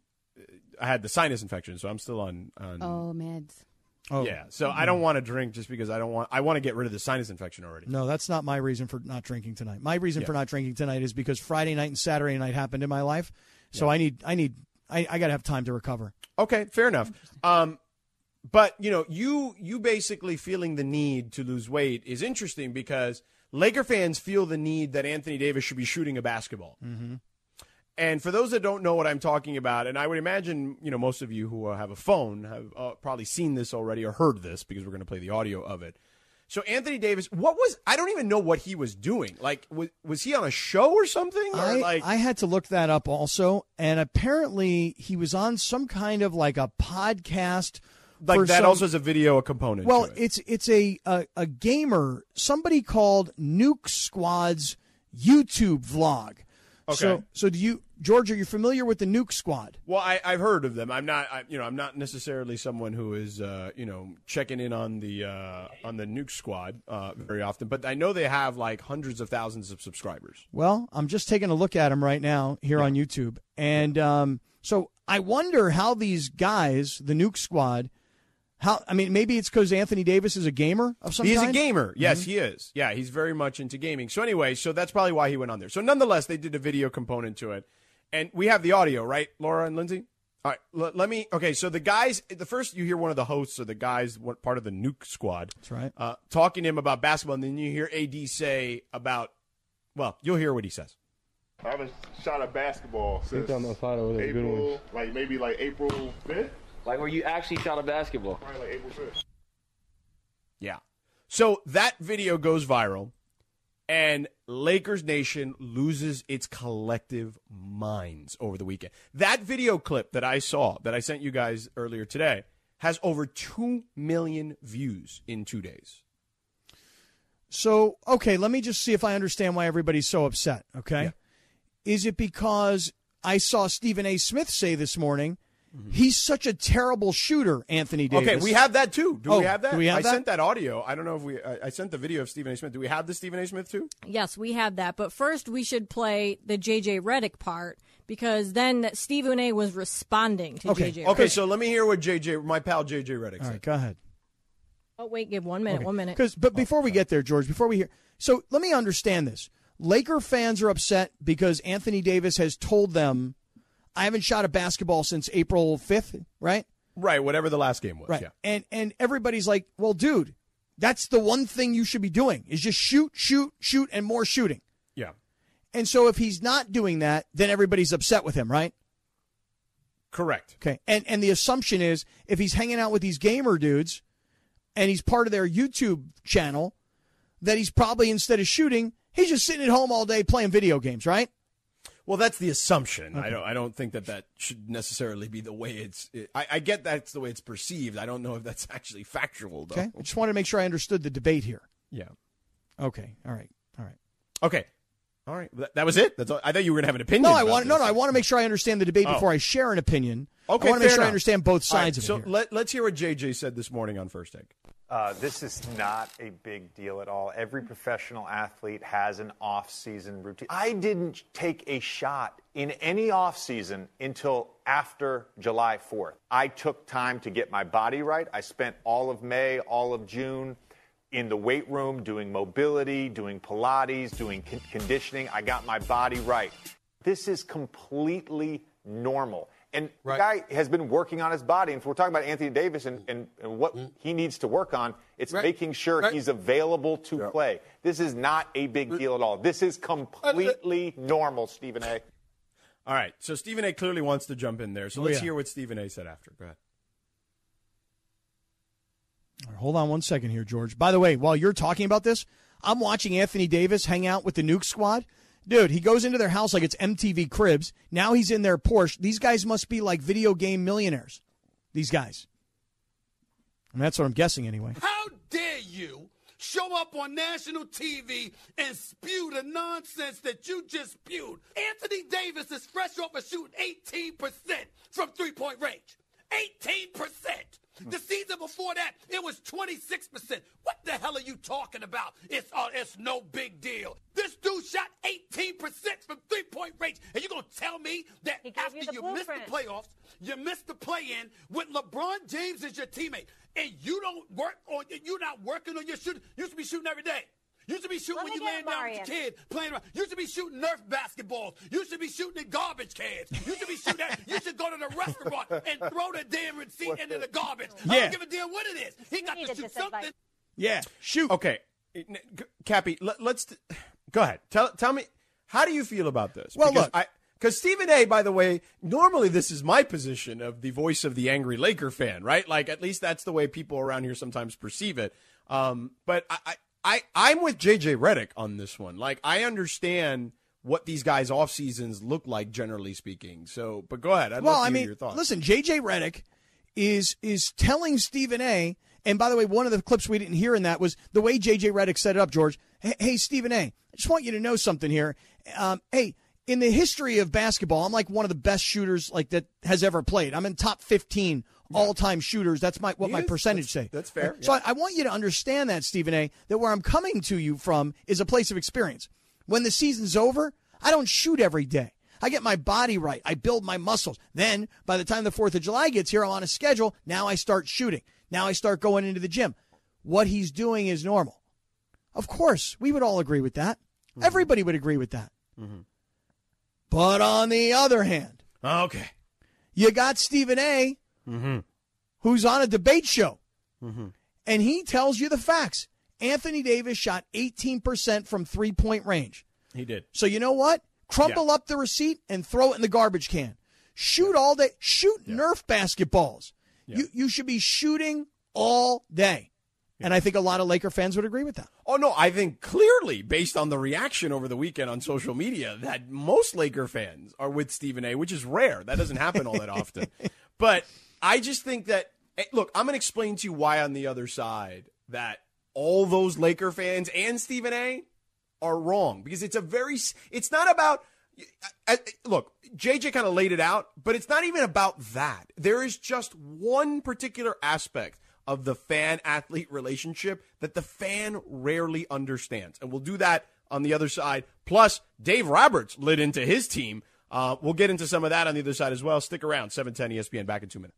Speaker 3: I had the sinus infection, so I'm still on. on
Speaker 13: Oh, meds.
Speaker 2: Oh.
Speaker 13: Oh.
Speaker 3: Yeah, so
Speaker 13: Mm-hmm.
Speaker 3: I don't want to drink just because I don't want. I want to get rid of the sinus infection already.
Speaker 2: No, that's not my reason for not drinking tonight. My reason
Speaker 3: Yeah.
Speaker 2: for not drinking tonight is because Friday night and Saturday night happened in my life. So I need, I need, I, I got to have time to recover.
Speaker 3: Okay, fair enough. Um, but you know, you you basically feeling the need to lose weight is interesting because Laker fans feel the need that Anthony Davis should be shooting a basketball.
Speaker 15: Mm-hmm.
Speaker 3: And for those that don't know what I'm talking about, and I would imagine you know most of you who uh, have a phone have uh, probably seen this already or heard this because we're going to play the audio of it. So Anthony Davis, what was I don't even know what he was doing. Like was was he on a show or something? Or
Speaker 2: I,
Speaker 3: like
Speaker 2: I had to look that up also, and apparently he was on some kind of like a podcast.
Speaker 3: like
Speaker 2: for
Speaker 3: that
Speaker 2: some-
Speaker 3: also is a video component.
Speaker 2: Well,
Speaker 3: to it.
Speaker 2: it's it's a, a a gamer. Somebody called Nuke Squad's YouTube vlog. So
Speaker 3: Okay.
Speaker 2: so do you, George? Are you familiar with the Nuke Squad?
Speaker 3: Well, I, I've heard of them. I'm not, I, you know, I'm not necessarily someone who is, uh, you know, checking in on the uh, on the Nuke Squad uh, very often, but I know they have like hundreds of thousands of subscribers.
Speaker 2: Well, I'm just taking a look at him right now here on YouTube, and um, so I wonder how these guys, the Nuke Squad, how I mean, maybe it's because Anthony Davis is a gamer of some.
Speaker 3: He is a
Speaker 2: kind?
Speaker 3: gamer. Yes,
Speaker 2: Mhm.
Speaker 3: he is. Yeah, he's very much into gaming. So anyway, so that's probably why he went on there. So nonetheless, they did a video component to it, and we have the audio, right, Laura and Lindsay. All right, l- let me. Okay, so the guys, the first you hear one of the hosts or the guys, one, part of the Nuke Squad,
Speaker 2: That's right.
Speaker 3: uh, talking to him about basketball, and then you hear AD say about, well, you'll hear what he says.
Speaker 16: I haven't shot a basketball since
Speaker 17: down the side over there, good
Speaker 16: April,
Speaker 17: ones.
Speaker 16: like maybe like April 5th,
Speaker 17: Like where you actually shot a basketball.
Speaker 16: probably like April 5th.
Speaker 3: Yeah. So that video goes viral, and Lakers Nation loses its collective minds over the weekend. That video clip that I saw, that I sent you guys earlier today, has over 2 million views in two days.
Speaker 2: So, okay, let me just see if I understand why everybody's so upset, okay? Is it because I saw Stephen A. Smith say this morning, he's such a terrible shooter, Anthony Davis?
Speaker 3: Mm-hmm. Okay, we have that too. Do
Speaker 2: Oh,
Speaker 3: we have that?
Speaker 2: Do we have
Speaker 3: I
Speaker 2: that?
Speaker 3: sent that audio. I don't know if we. I, I sent the video of Stephen A. Smith. Do we have the Stephen A. Smith too?
Speaker 12: Yes, we have that. But first, we should play the JJ Reddick part because then that Stephen A was responding to JJ. Redick.
Speaker 3: Okay. So let me hear what JJ, my pal JJ Reddick,
Speaker 2: All
Speaker 3: said.
Speaker 2: right, go ahead.
Speaker 12: Oh, wait, give one minute, one minute.
Speaker 2: Because, but before we get there, George, before we hear, so let me understand this. Laker fans are upset because Anthony Davis has told them, I haven't shot a basketball since April 5th, right?
Speaker 3: Right. Whatever the last game was.
Speaker 2: Right.
Speaker 3: Yeah.
Speaker 2: And and everybody's like, "Well, dude, that's the one thing you should be doing is just shoot, shoot, shoot and more shooting."
Speaker 3: Yeah.
Speaker 2: And so if he's not doing that, then everybody's upset with him, right?
Speaker 3: Correct.
Speaker 2: Okay. And and the assumption is if he's hanging out with these gamer dudes and he's part of their YouTube channel, that he's probably instead of shooting, he's just sitting at home all day playing video games, right?
Speaker 3: Well, that's the assumption. I don't. I don't think that that should necessarily be the way it's. It, I, I get that's the way it's perceived. I don't know if that's actually factual, though.
Speaker 2: Okay. I just wanted to make sure I understood the debate here.
Speaker 3: Yeah.
Speaker 2: Okay. All right. All right.
Speaker 3: Okay. All right. That, that was it. That's. All, I thought you were gonna have an opinion.
Speaker 2: No, I
Speaker 3: about
Speaker 2: want
Speaker 3: this.
Speaker 2: no, no. I want to make sure I understand the debate
Speaker 3: Oh.
Speaker 2: before I share an opinion.
Speaker 3: Okay.
Speaker 2: I want to make
Speaker 3: fair
Speaker 2: sure I
Speaker 3: enough.
Speaker 2: understand both
Speaker 3: All right,
Speaker 2: sides of it.
Speaker 3: so
Speaker 2: here.
Speaker 3: let, let's hear what JJ said this morning on First Take.
Speaker 18: Uh, this is not a big deal at all. Every professional athlete has an off season routine. I didn't take a shot in any off season until after July 4th. I took time to get my body right. I spent all of May, all of June in the weight room doing mobility, doing Pilates, doing con- conditioning. I got my body right. This is completely normal. And the guy has been working on his body. And if we're talking about Anthony Davis and, and, and what he needs to work on, it's making sure he's available to play. This is not a big deal at all. This is completely normal, Stephen A.
Speaker 3: All right. So Stephen A. clearly wants to jump in there. So
Speaker 2: Oh,
Speaker 3: let's
Speaker 2: yeah.
Speaker 3: hear what Stephen A. said after. Go ahead.
Speaker 2: All right, hold on one second here, George. By the way, while you're talking about this, I'm watching Anthony Davis hang out with the Nuke Squad. Dude, he goes into their house like it's MTV Cribs. Now he's in their Porsche. These guys must be like video game millionaires. These guys. And that's what I'm guessing anyway.
Speaker 15: How dare you show up on national TV and spew the nonsense that you just spewed? Anthony Davis is fresh off of shooting 18% from three point range. 18%. The season before that, it was 26%. What the hell are you talking about? It's uh, it's no big deal. This dude shot 18% from three point range. And you're going to tell me that after you, missed the playoffs, you missed the play in with LeBron James as your teammate, and you don't work on, you're not working on your shooting. You should be shooting every day. You should be shooting when you laying down with your kid playing around. You should be shooting Nerf basketballs. You should be shooting at garbage cans. You should be shooting at, you should go to the restaurant and throw the damn receipt into the garbage. I
Speaker 3: Yeah.
Speaker 15: don't give a damn what it is. He got to shoot something.
Speaker 3: Yeah. Shoot. Okay. It- n- g- Cappy, let, us go ahead. Tell tell me how do you feel about this? Well, because look, because Stephen A. By the way, normally this is my position of the voice of the angry Laker fan, right? Like at least that's the way people around here sometimes perceive it. Um, but I, I, I I'm with JJ Reddick on this one. Like I understand what these guys off seasons look like, generally speaking. So, but go ahead. I'd
Speaker 2: well, I
Speaker 3: love to hear
Speaker 2: mean,
Speaker 3: your thoughts.
Speaker 2: listen, JJ Reddick is is telling Stephen A. And by the way, one of the clips we didn't hear in that was the way JJ Reddick set it up. George, hey, hey Stephen A. I just want you to know something here. Um, hey, in the history of basketball, I'm like one of the best shooters like that has ever played. I'm in top 15 all time shooters. That's my what
Speaker 3: He
Speaker 2: my
Speaker 3: is.
Speaker 2: percentage say.
Speaker 3: That's fair.
Speaker 2: So I, I want you to understand that, Stephen A., that where I'm coming to you from is a place of experience. When the season's over, I don't shoot every day. I get my body right. I build my muscles. Then by the time the 4th of July gets here, I'm on a schedule. Now I start shooting. Now I start going into the gym. What he's doing is normal. Of course, we would all agree with that. Everybody would agree with that. But on the other hand,
Speaker 3: Oh, okay,
Speaker 2: you got Stephen A,
Speaker 3: Mm-hmm.
Speaker 2: who's on a debate show
Speaker 3: Mm-hmm.
Speaker 2: and he tells you the facts. Anthony Davis shot 18% from three point range.
Speaker 3: He did.
Speaker 2: So you know what? Crumple
Speaker 3: Yeah.
Speaker 2: up the receipt and throw it in the garbage can. Shoot all day. Shoot Nerf basketballs. You, you should be shooting all day. And I think a lot of Laker fans would agree with that.
Speaker 3: Oh no, I think clearly based on the reaction over the weekend on social media that most Laker fans are with Stephen A, which is rare. That doesn't happen all that often. But I just think that eh, look, I'm going to explain to you why on the other side that all those Laker fans and Stephen A are wrong because it's a very s- it's not about I- I- look, JJ kind of laid it out, but it's not even about that. There is just one particular aspect of the fan athlete relationship that the fan rarely understands. And we'll do that on the other side. Plus, Dave Roberts lit into his team. Uh, we'll get into some of that on the other side as well. Stick around. E 710 ESPN back in two minutes.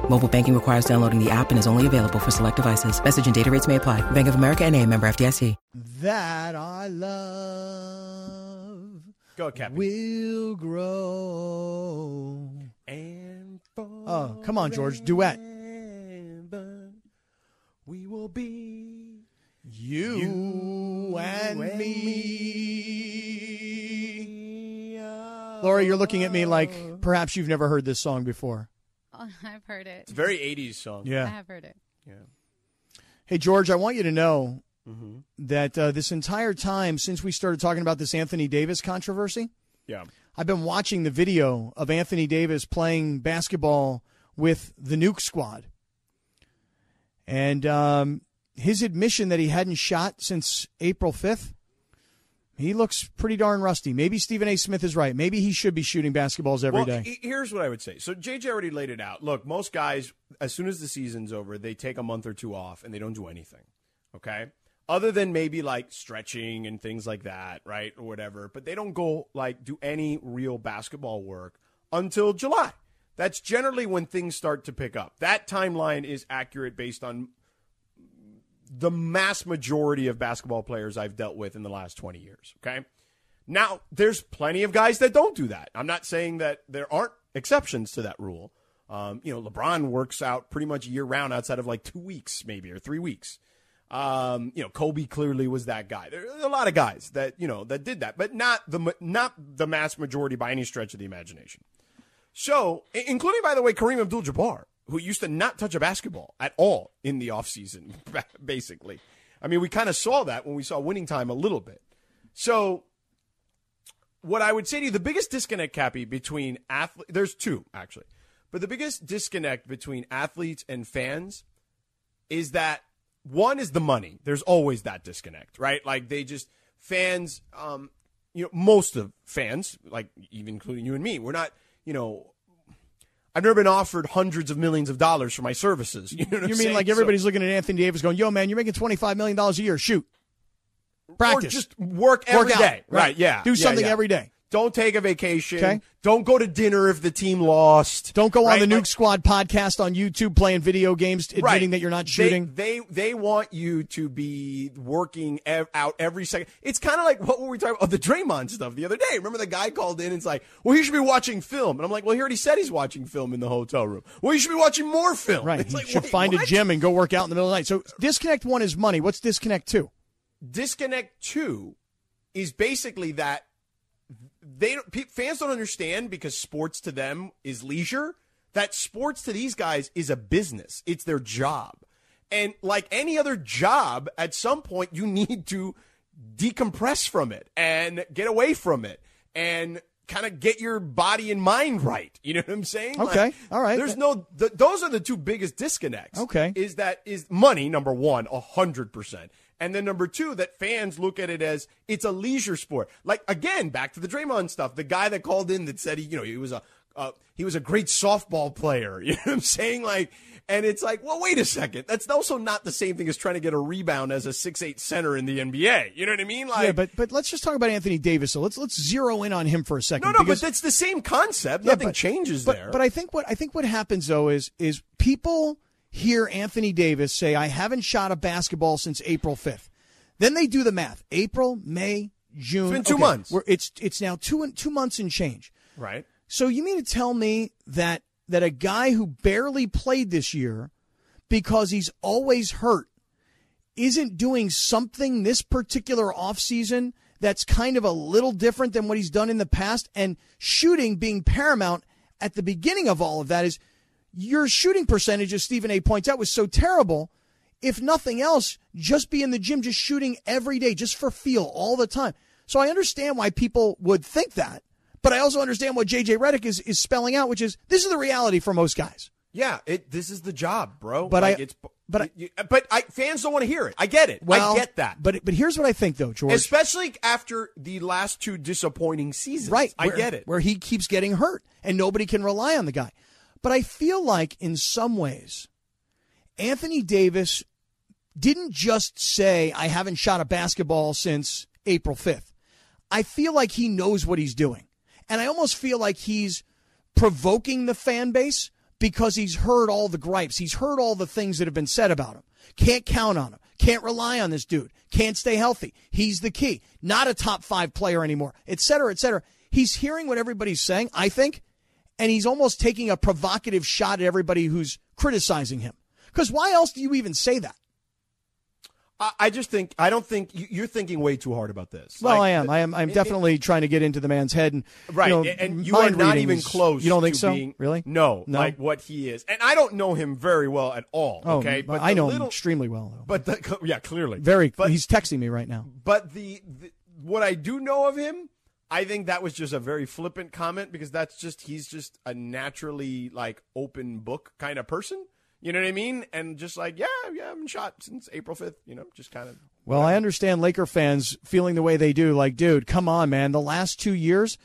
Speaker 19: Mobile banking requires downloading the app and is only available for select devices. Message and data rates may apply. Bank of America and a member FDIC.
Speaker 2: That I love
Speaker 3: Go, Cappy.
Speaker 2: will grow.
Speaker 3: And
Speaker 2: oh, come on, George, duet.
Speaker 3: We will be
Speaker 2: you, and, me. Laura, you're looking at me like perhaps you've never heard this song before.
Speaker 13: Oh, I've heard it.
Speaker 3: It's a very 80s song.
Speaker 2: Yeah.
Speaker 13: I have heard it.
Speaker 2: Hey, George, I want you to know
Speaker 3: Mhm.
Speaker 2: that uh, this entire time since we started talking about this Anthony Davis controversy,
Speaker 3: Yeah.
Speaker 2: I've been watching the video of Anthony Davis playing basketball with the Nuke Squad. And um, his admission that he hadn't shot since April 5th, he looks pretty darn rusty. Maybe Stephen A. Smith is right. Maybe he should be shooting basketballs every
Speaker 3: well,
Speaker 2: day.
Speaker 3: he- here's what I would say. So JJ already laid it out. Look, most guys, as soon as the season's over, they take a month or two off and they don't do anything. Okay. Other than maybe like stretching and things like that, right? Or whatever. But they don't go like do any real basketball work until July. That's generally when things start to pick up. That timeline is accurate based on the mass majority of basketball players I've dealt with in the last 20 years. Okay. Now, there's plenty of guys that don't do that. I'm not saying that there aren't exceptions to that rule. Um, you know, LeBron works out pretty much year round outside of like two weeks, maybe, or three weeks. Um, you know, Kobe clearly was that guy. There are a lot of guys that, you know, that did that, but not the, ma- not the mass majority by any stretch of the imagination. So, i- including, by the way, Kareem Abdul Jabbar, who used to not touch a basketball at all in the offseason, basically. I mean, we kind of saw that when we saw winning time a little bit. So, what I would say to you, the biggest disconnect, Cappy, between athlete, there's two actually, but the biggest disconnect between athletes and fans is that one is the money. There's always that disconnect, right? Like they just fans, um, you know, most of fans, like even including you and me, we're not, you know, I've never been offered hundreds of millions of dollars for my services. You know, what
Speaker 2: you
Speaker 3: I'm
Speaker 2: mean
Speaker 3: saying?
Speaker 2: like
Speaker 3: So-
Speaker 2: everybody's looking at Anthony Davis going, "Yo, man, you're making twenty five million dollars a year. Shoot, practice,
Speaker 3: just work every day,
Speaker 2: out.
Speaker 3: Right. Yeah.
Speaker 2: do
Speaker 3: Yeah,
Speaker 2: something
Speaker 3: yeah.
Speaker 2: every day.
Speaker 3: Don't take a vacation.
Speaker 2: Okay.
Speaker 3: Don't go to dinner if the team lost.
Speaker 2: Don't go
Speaker 3: Right,
Speaker 2: on the Nuke
Speaker 3: like-
Speaker 2: Squad podcast on YouTube playing video games, admitting
Speaker 3: Right.
Speaker 2: that you're not
Speaker 3: They-
Speaker 2: shooting.
Speaker 3: They they, want you to be working ev- out every second. It's kind of like what were we talking about? Oh, the Draymond stuff the other day. Remember the guy called in and it's like, well, he should be watching film. And I'm like, well, he already said he's watching film in the hotel room. Well, he should be watching more film.
Speaker 2: right,
Speaker 3: It's
Speaker 2: you
Speaker 3: like,
Speaker 2: should
Speaker 3: wait,
Speaker 2: find a
Speaker 3: what?
Speaker 2: gym and go work out in the middle of the night. So disconnect one is money. What's disconnect two?
Speaker 3: disconnect two is basically that they don't- pe- fans don't understand because sports to them is leisure that sports to these guys is a business it's their job and like any other job at some point you need to decompress from it and get away from it and kind of get your body and mind right you know what i'm saying
Speaker 2: Okay. All right.
Speaker 3: there's no th- those are the two biggest disconnects
Speaker 2: Okay.
Speaker 3: is that is money number one, a hundred percent, and then number two that fans look at it as it's a leisure sport. Like again, back to the Draymond stuff. The guy that called in that said he, you know, he was a uh, he was a great softball player. You know what I'm saying? Like, and it's like, well, wait a second. That's also not the same thing as trying to get a rebound as a six eight center in the NBA. You know what I mean? Like,
Speaker 2: yeah, but but let's just talk about Anthony Davis. So let's let's zero in on him for a second.
Speaker 3: no, no,
Speaker 2: because-
Speaker 3: but that's the same concept.
Speaker 2: Yeah,
Speaker 3: Nothing
Speaker 2: but-
Speaker 3: changes
Speaker 2: but-
Speaker 3: there.
Speaker 2: But I think what I think what happens though is is people hear Anthony Davis say, "I haven't shot a basketball since April 5th. Then they do the math: April, May, June.
Speaker 3: It's been two
Speaker 2: Okay,
Speaker 3: months.
Speaker 2: We're, it's it's now two and two months and change.
Speaker 3: right.
Speaker 2: So you mean to tell me that that a guy who barely played this year because he's always hurt isn't doing something this particular offseason that's kind of a little different than what he's done in the past and shooting being paramount at the beginning of all of that is your shooting percentage as Stephen A points out was so terrible if nothing else just be in the gym just shooting every day just for feel all the time so I understand why people would think that but I also understand what JJ Redick is is spelling out which is this is the reality for most guys
Speaker 3: Yeah, it, this is the job, bro.
Speaker 2: But
Speaker 3: Like,
Speaker 2: I-
Speaker 3: it's,
Speaker 2: but I-
Speaker 3: you- but I, fans don't want to hear it. I get it. I get that.
Speaker 2: but but here's what I think though George
Speaker 3: Especially after the last two disappointing seasons.
Speaker 2: Right.
Speaker 3: I
Speaker 2: where-
Speaker 3: get it.
Speaker 2: Where he keeps getting hurt and nobody can rely on the guy. But I feel like in some ways, Anthony Davis didn't just say, I haven't shot a basketball since April 5th. I feel like he knows what he's doing. And I almost feel like he's provoking the fan base because he's heard all the gripes. He's heard all the things that have been said about him. Can't count on him. Can't rely on this dude. Can't stay healthy. He's the key. Not a top five player anymore, et cetera, et cetera. He's hearing what everybody's saying, I think, and he's almost taking a provocative shot at everybody who's criticizing him. Because why else do you even say that?
Speaker 3: I, I just think I don't think you, you're thinking way too hard about this.
Speaker 2: Well,
Speaker 3: Like,
Speaker 2: I am. I am. I'm
Speaker 3: it-
Speaker 2: definitely trying to get into the man's head, and
Speaker 3: it- right,
Speaker 2: You know,
Speaker 3: and you are
Speaker 2: mind
Speaker 3: not
Speaker 2: reading
Speaker 3: even
Speaker 2: is-
Speaker 3: close.
Speaker 2: You don't think
Speaker 3: to
Speaker 2: so?
Speaker 3: being-
Speaker 2: really?
Speaker 3: No,
Speaker 2: No.
Speaker 3: like what he is, and I don't know him very well at all.
Speaker 2: Oh,
Speaker 3: okay,
Speaker 2: but I
Speaker 3: the
Speaker 2: know him
Speaker 3: little-
Speaker 2: extremely well. Though.
Speaker 3: But the, yeah, clearly,
Speaker 2: Very.
Speaker 3: But
Speaker 2: he's texting me right now.
Speaker 3: But the, the what I do know of him, I think that was just a very flippant comment because that's just he's just a naturally like open book kind of person. You know what I mean? And just like, yeah, yeah, I've been shot since April fifth. You know, just kind of.
Speaker 2: Well, I understand Laker fans feeling the way they do. Like, dude, come on, man. The last two years,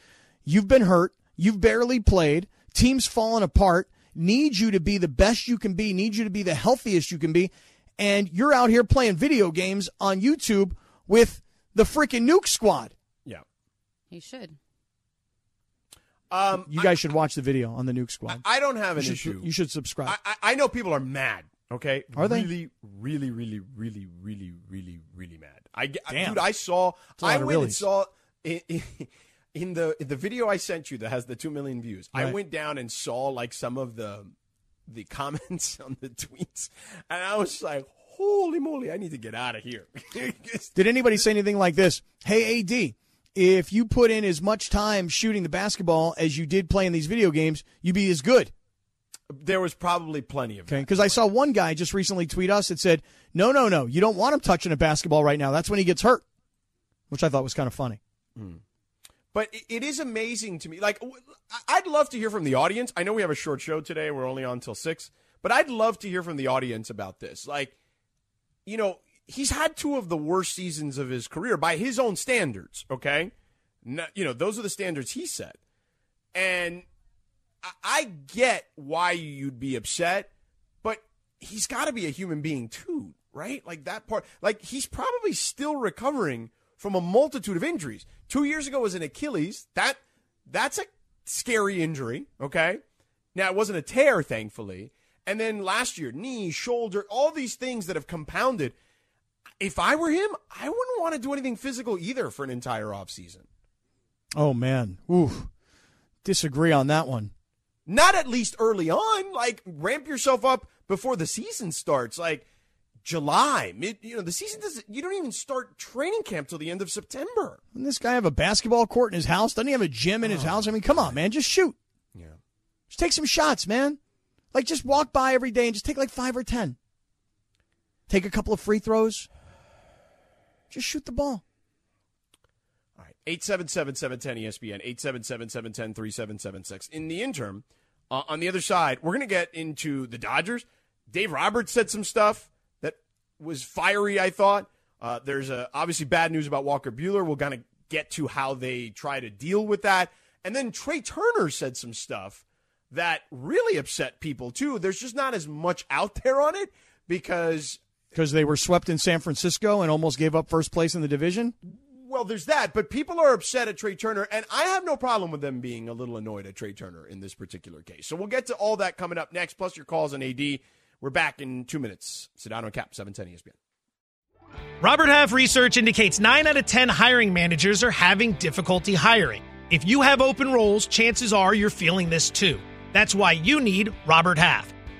Speaker 2: you've been hurt. You've barely played. Team's falling apart. Need you to be the best you can be. Need you to be the healthiest you can be. and you're out here playing video games on YouTube with the freaking Nuke Squad.
Speaker 3: Yeah.
Speaker 13: He should.
Speaker 3: Um,
Speaker 2: you guys should watch the video on the Nuke Squad.
Speaker 3: I don't have an
Speaker 2: you should,
Speaker 3: issue.
Speaker 2: You should subscribe.
Speaker 3: I, I know people are mad. Okay,
Speaker 2: Are they?
Speaker 3: really, really, really, really, really, really, really mad? I get-
Speaker 2: Damn.
Speaker 3: dude, I saw.
Speaker 2: That's a lot
Speaker 3: I
Speaker 2: of
Speaker 3: went and
Speaker 2: reallys.
Speaker 3: saw in, in, in the in the video I sent you that has the two million views. I
Speaker 2: Right.
Speaker 3: went down and saw like some of the the comments on the tweets, and I was like, "Holy moly! I need to get out of here."
Speaker 2: Did anybody say anything like this? Hey, AD, if you put in as much time shooting the basketball as you did playing these video games, you'd be as good.
Speaker 3: there was probably plenty of
Speaker 2: Okay. Because I saw one guy just recently tweet us that said, no, no, no, you don't want him touching a basketball right now. That's when he gets hurt, which I thought was kind of funny.
Speaker 3: But it- it is amazing to me. Like, w- I- I'd love to hear from the audience. I know we have a short show today. We're only on till six, but I'd love to hear from the audience about this. Like, you know, he's had two of the worst seasons of his career by his own standards. Okay, No- you know, those are the standards he set, and I, I get why you'd be upset, but he's got to be a human being too, right? Like that part, like he's probably still recovering from a multitude of injuries. Two years ago was an Achilles. That that's a scary injury. Okay, now it wasn't a tear, thankfully. And then last year, knee, shoulder, all these things that have compounded. If I were him, I wouldn't want to do anything physical either for an entire offseason.
Speaker 2: Oh, man. Ooh. Disagree on that one.
Speaker 3: not at least early on. Like ramp yourself up before the season starts. Like July, mid, you know, the season doesn't. You don't even start training camp till the end of September.
Speaker 2: Doesn't this guy have a basketball court in his house? Doesn't he have a gym in his house? I mean, come on, man. Just shoot.
Speaker 3: Yeah.
Speaker 2: Just take some shots, man. Like, just walk by every day and just take like five or 10. Take a couple of free throws. Just shoot the ball.
Speaker 3: All right, eight seven seven seven ten E ESPN, eight seven seven seven ten three seven seven six. In the interim, uh, on the other side, we're gonna get into the Dodgers. Dave Roberts said some stuff that was fiery. I thought uh, there's uh, obviously bad news about Walker Bueller. We're gonna get to how they try to deal with that, and then Trey Turner said some stuff that really upset people too. There's just not as much out there on it because
Speaker 2: Because they were swept in San Francisco and almost gave up first place in the division.
Speaker 3: Well, there's that, but people are upset at Trey Turner, and I have no problem with them being a little annoyed at Trey Turner in this particular case. So we'll get to all that coming up next, plus your calls on AD. We're back in two minutes. Sedano Cap, E 710 ESPN.
Speaker 14: Robert Half research indicates 9 out of 10 hiring managers are having difficulty hiring. If you have open roles, chances are you're feeling this too. That's why you need Robert Half.